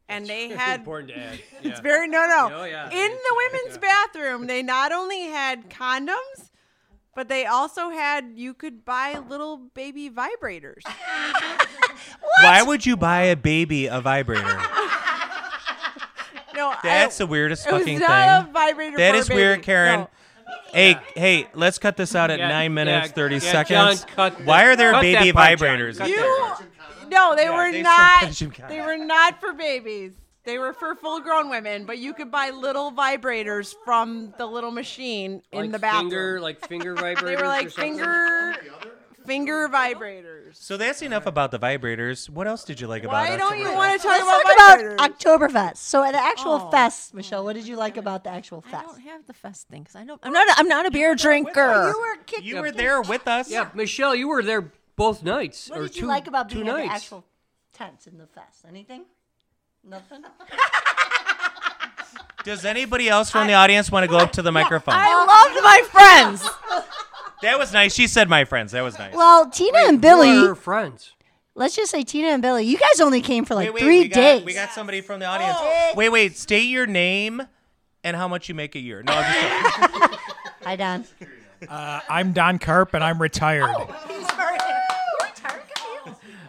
and they had
important to add.
It's
Yeah.
very no no.
Oh, yeah.
In the women's bathroom, they not only had condoms, but they also had you could buy little baby vibrators.
Why would you buy a baby a vibrator?
No,
That's
I,
the weirdest
it was
fucking
not a
thing.
vibrator.
That
for a
is weird,
baby.
Karen.
No.
Hey, hey, let's cut this out at
Yeah,
nine minutes
yeah,
thirty
yeah,
seconds.
John, cut that-
Why are there
cut
baby
that part, John.
vibrators?
Cut
You,
that part.
no, they
Yeah,
were
they still
not.
finish them condoms.
They were not for babies. They were for full-grown women, but you could buy little vibrators from the little machine in
Like
the bathroom.
Finger, like finger vibrators.
they were
or
like
something.
finger, finger vibrators.
So that's enough about the vibrators. What else did you like about
Why don't you
Oktoberfest?
want to talk
Let's
about Oh.
talk
vibrators?
about Oktoberfest. So at the actual fest, Michelle, what did you like about the actual
I
fest?
don't have the fest thing 'cause I don't. I'm not. A, I'm not a beer drinker.
You were kicked.
You were there with us.
Yeah, Michelle, you were there both nights
What
or
did
two.
you like about
two
being at
nights?
the actual tents in the fest? Anything? Nothing.
Does anybody else from the audience want to go up to the microphone?
I
Oh.
loved my friends.
that was nice. She said my friends. That was nice.
Well, Tina and Billy.
We're friends.
Let's just say Tina and Billy. You guys only came for like
Wait, wait,
three
we got,
days.
We got somebody from the audience. Wait, wait. State your name and how much you make a year. No, I'm just joking.
Hi, Don.
Uh, I'm Don Karp, and I'm retired.
Oh.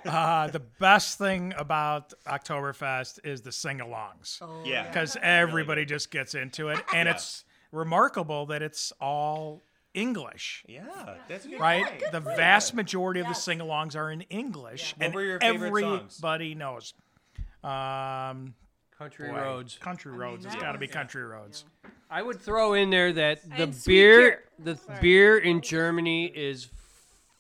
Uh, the best thing about Oktoberfest is the sing-alongs
yeah.
because everybody just gets into it, and it's remarkable that it's all English.
Yeah, that's a good.
Right,
point.
the vast majority of the sing-alongs are in English,
What
and
were your favorite songs?
everybody knows. Um,
Country
boy,
roads.
country roads. it's got to be country roads.
I would throw in there that the
And sweet
beer,
beer.
the beer in Germany is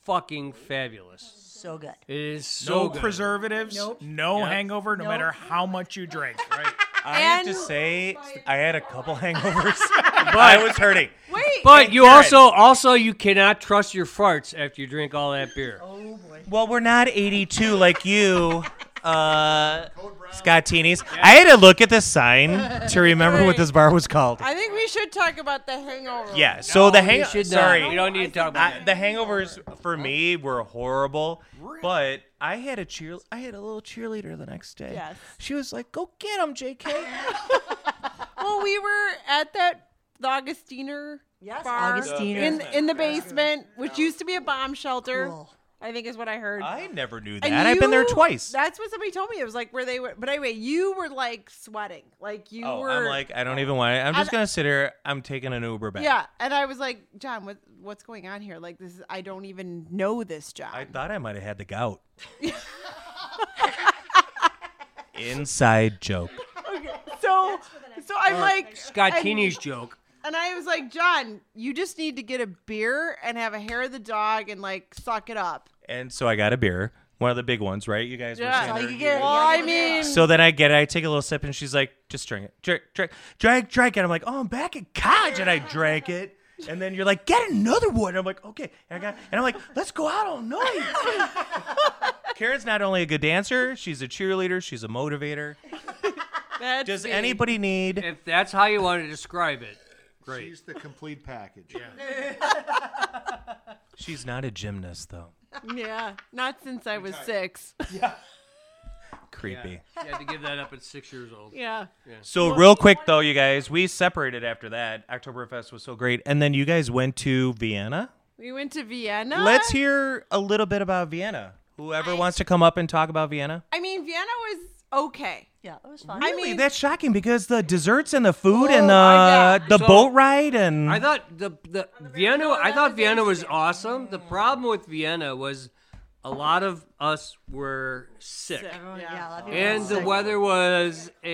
fucking fabulous.
So good.
It is so
No
good.
preservatives, no hangover, no matter how much you drink. Right.
I have to
And-
say, I had a couple hangovers. but I was hurting.
Wait,
But you
Garrett.
also, also you cannot trust your farts after you drink all that beer.
Oh, Well, we're not 82 like you, uh, Scott Teenies. I had to look at this sign to remember what this bar was called.
I think we should talk about the hangover.
Yeah. So the
No,
hang.
you should not.
Sorry.
we don't need to talk about
I,
that.
the hangovers for me were horrible, but I had a cheer. I had a little cheerleader the next day.
Yes.
She was like, "Go get him, J.K."
Well, we were at that the Augustiner
Yes,
bar
Augustiner.
in in the basement, which used to be a bomb shelter. I think is what I heard.
I never knew that.
And
I've been there
you-
twice.
That's what somebody told me. It was like where they were. But anyway, you were like sweating, like you
oh,
were.
I'm like, uh, I don't even want. It. I'm just gonna sit here. I'm taking an Uber back.
yeah. And I was like, John, what what's going on here? Like this, is, I don't even know this job.
I thought I might have had the gout. Inside joke.
so, so I'm like,
Scott
and-
Teeny's joke.
And I was like, John, you just need to get a beer and have a hair of the dog and like suck it up.
And so I got a beer, one of the big ones, right? You guys.
Yeah.
Were saying
So
there-
you get-
Well, I mean,
So then I get it, I take a little sip, and she's like, just drink it. Drink, drink, drink, drink. And I'm like, oh, I'm back in college. And I drank it. And then you're like, get another one. And I'm like, okay. And, I got, and I'm like, let's go out all night. Karen's not only a good dancer, she's a cheerleader, she's a motivator.
that's
Does
me.
anybody need.
If that's how you want to describe it, great.
She's the complete package.
She's not a gymnast, though.
Yeah, not since I was six.
Creepy.
You had to give that up at six years old.
Yeah.
So, real quick, though, you guys, we separated after that. Oktoberfest was so great. And then you guys went to Vienna.
We went to Vienna.
Let's hear a little bit about Vienna. Whoever wants to come up and talk about Vienna.
I mean, Vienna was okay.
Yeah, it was fun.
I
Really?
mean,
that's shocking because the desserts and the food and
I
the
got-
the
Oh, So-
boat ride and
I thought the the Vienna. I thought Vienna was awesome. The problem with Vienna was a lot of us were sick,
Oh, Yeah, a lot of people
and
were
the
sick.
weather was uh,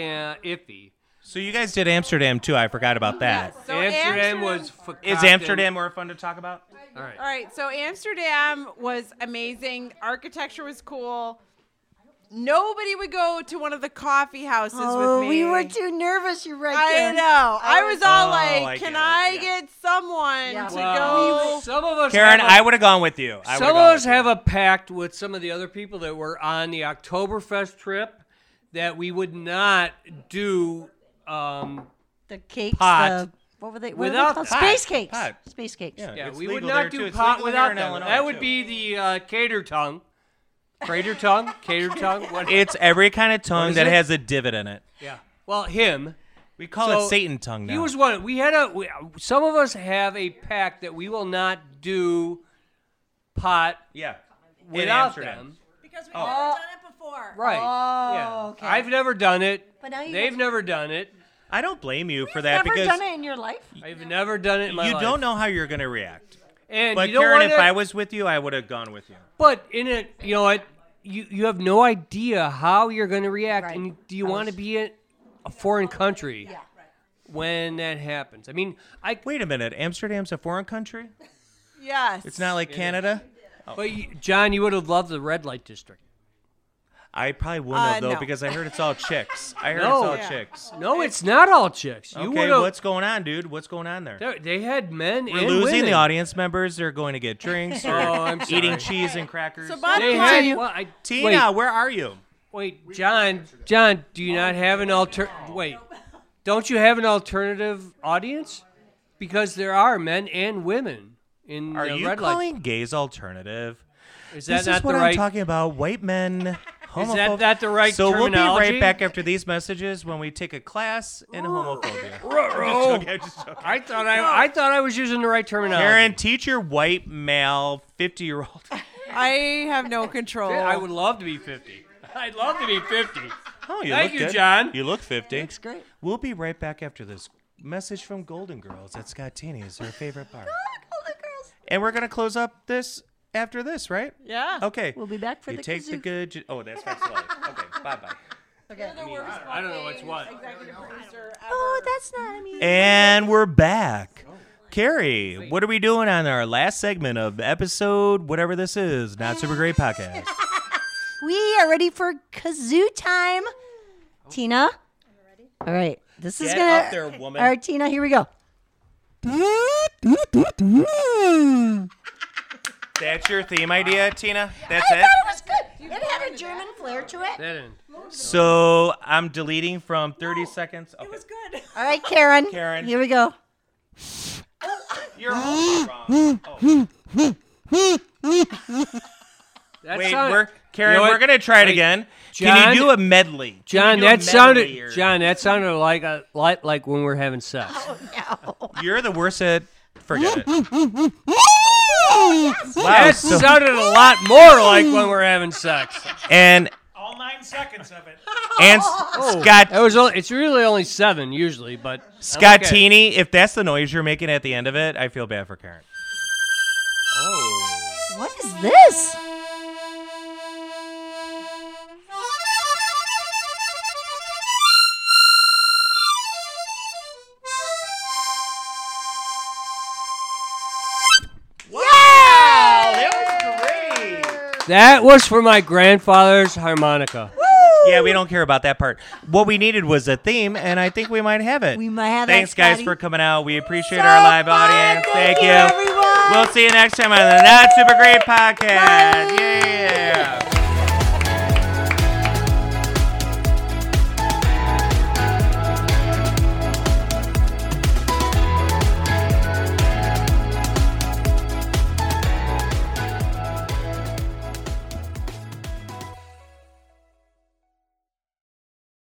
iffy.
so you guys did Amsterdam too. I forgot about that.
So
Amsterdam, was.
Is
fucked up.
Amsterdam more fun to talk about?
All right.
All right, so Amsterdam was amazing. Architecture was cool. Nobody would go to one of the coffee houses
Oh,
with me.
we were too nervous. You're right.
I
Kim.
know. I was all
Oh,
like,
I
"Can
get it,
I
yeah.
get someone
Yeah.
to
Well,
go?"
Oh, Some of us.
Karen,
have a-
I would have gone with you. I
Some of us have a pact with some of the other people that were on the Oktoberfest trip that we would not do. Um,
The cakes.
Pot.
The, what were they? What
Without
were they called?
pot.
Space cakes.
Pot.
Space cakes.
Yeah.
yeah,
It's
we would
legal there,
not
too.
do
It's
pot
legal there
without
in
them.
Illinois,
That would
too.
be the uh, cater tongue, crater tongue, cater tongue. What?
It's every kind of tongue
is
that
it?
has a divot in it.
yeah. Well, him.
We call
So,
it Satan tongue now.
He was one. We had a. We, some of us have a pact that we will not do pot
yeah. In
without
Amsterdam. Oh.
them.
Because we've never done it before.
Right. Oh,
okay.
I've never done it.
But now you
They've
guys-
never done it.
I don't blame you for that
Never
because
done it in your life.
I've never done it in my
you
life.
don't know how you're going to react.
And
But
you don't
Karen,
wanna,
if I was with you, I would have gone with you.
but in it, you know what? You you have no idea how you're going to react,
Right.
and do you want to be in a foreign country when that happens? I mean, I
Wait a minute. Amsterdam's a foreign country?
Yes.
It's not like Canada?
but you, John, you would have loved the red light district.
I probably wouldn't have
Uh,
though
no.
because I heard it's all chicks. I heard
No.
it's
Yeah.
all chicks.
No, it's not all chicks. You
okay,
would've-
what's going on, dude? What's going on there?
they- They had men
We're
and
losing
women.
the audience members. They're going to get drinks.
Oh,
They're
I'm sorry.
eating cheese and crackers.
So bottom
They
line,
had, well, I,
Tina,
wait,
where are you?
Wait, John, John, do you not have an alter? Wait, don't you have an alternative audience? Because there are men and women in
Are
the
you
red
calling gays alternative?
light. Is that
This
not
is what
the
I'm
right?
talking about. White men. Homophobe.
not the right
So we'll be right
terminology?
back after these messages when we take a class in homophobia.
Ruh-roh. I thought I, I thought I was using the right terminology.
Karen, teach your white male fifty-year-old.
I have no control.
I would love to be fifty. I'd love to be fifty.
Oh, you
Thank
look
you,
good.
John.
You look fifty.
It's great.
We'll be right back after this message from Golden Girls at Scottini's, her favorite bar. And we're gonna close up this after this, right?
yeah.
Okay.
We'll be back for
you
the
take the
kazoo.
good. ju- Oh, that's right. Slowly. Okay. Bye bye.
I don't know what's what.
Oh, that's not. I mean,
And we're back. Carrie, what are we doing on our last segment of episode whatever this is? Not super great podcast.
we are ready for kazoo time. Tina. All right. This is
Get
gonna.
up there, woman.
All right, Tina. Here we go.
That's your theme idea, Tina. That's
I
it.
thought it was good. It had a German flair to it.
That end.
So I'm deleting from 30 seconds. Okay.
good.
All right, Karen.
Karen.
Here we go.
You're also wrong. Oh.
That
Wait,
sounded-
we're Karen.
You know
we're
what?
gonna try it
Wait,
again. Can
John-
you do a medley? Can
John,
you do a
that sounded
medley or-
John, that sounded like a like like when we're having sex.
You're the worst at. Forget it. Wow,
That
so-
sounded a lot more like when we're having sex.
and
All nine seconds of it.
and
Oh.
Scott
It was. Only, it's really only seven usually, but
Scottini, if that's the noise you're making at the end of it, I feel bad for Karen. Oh.
What is this?
that was for my grandfather's harmonica.
Yeah, we don't care about that part. What we needed was a theme, and I think we might have it.
We might have that,
Thanks, guys,
Scotty.
for coming out. We appreciate
So
our live
fun.
audience.
Thank
Thank,
you,
you.
everyone.
We'll see you next time on the Not Super Great Podcast. Yay.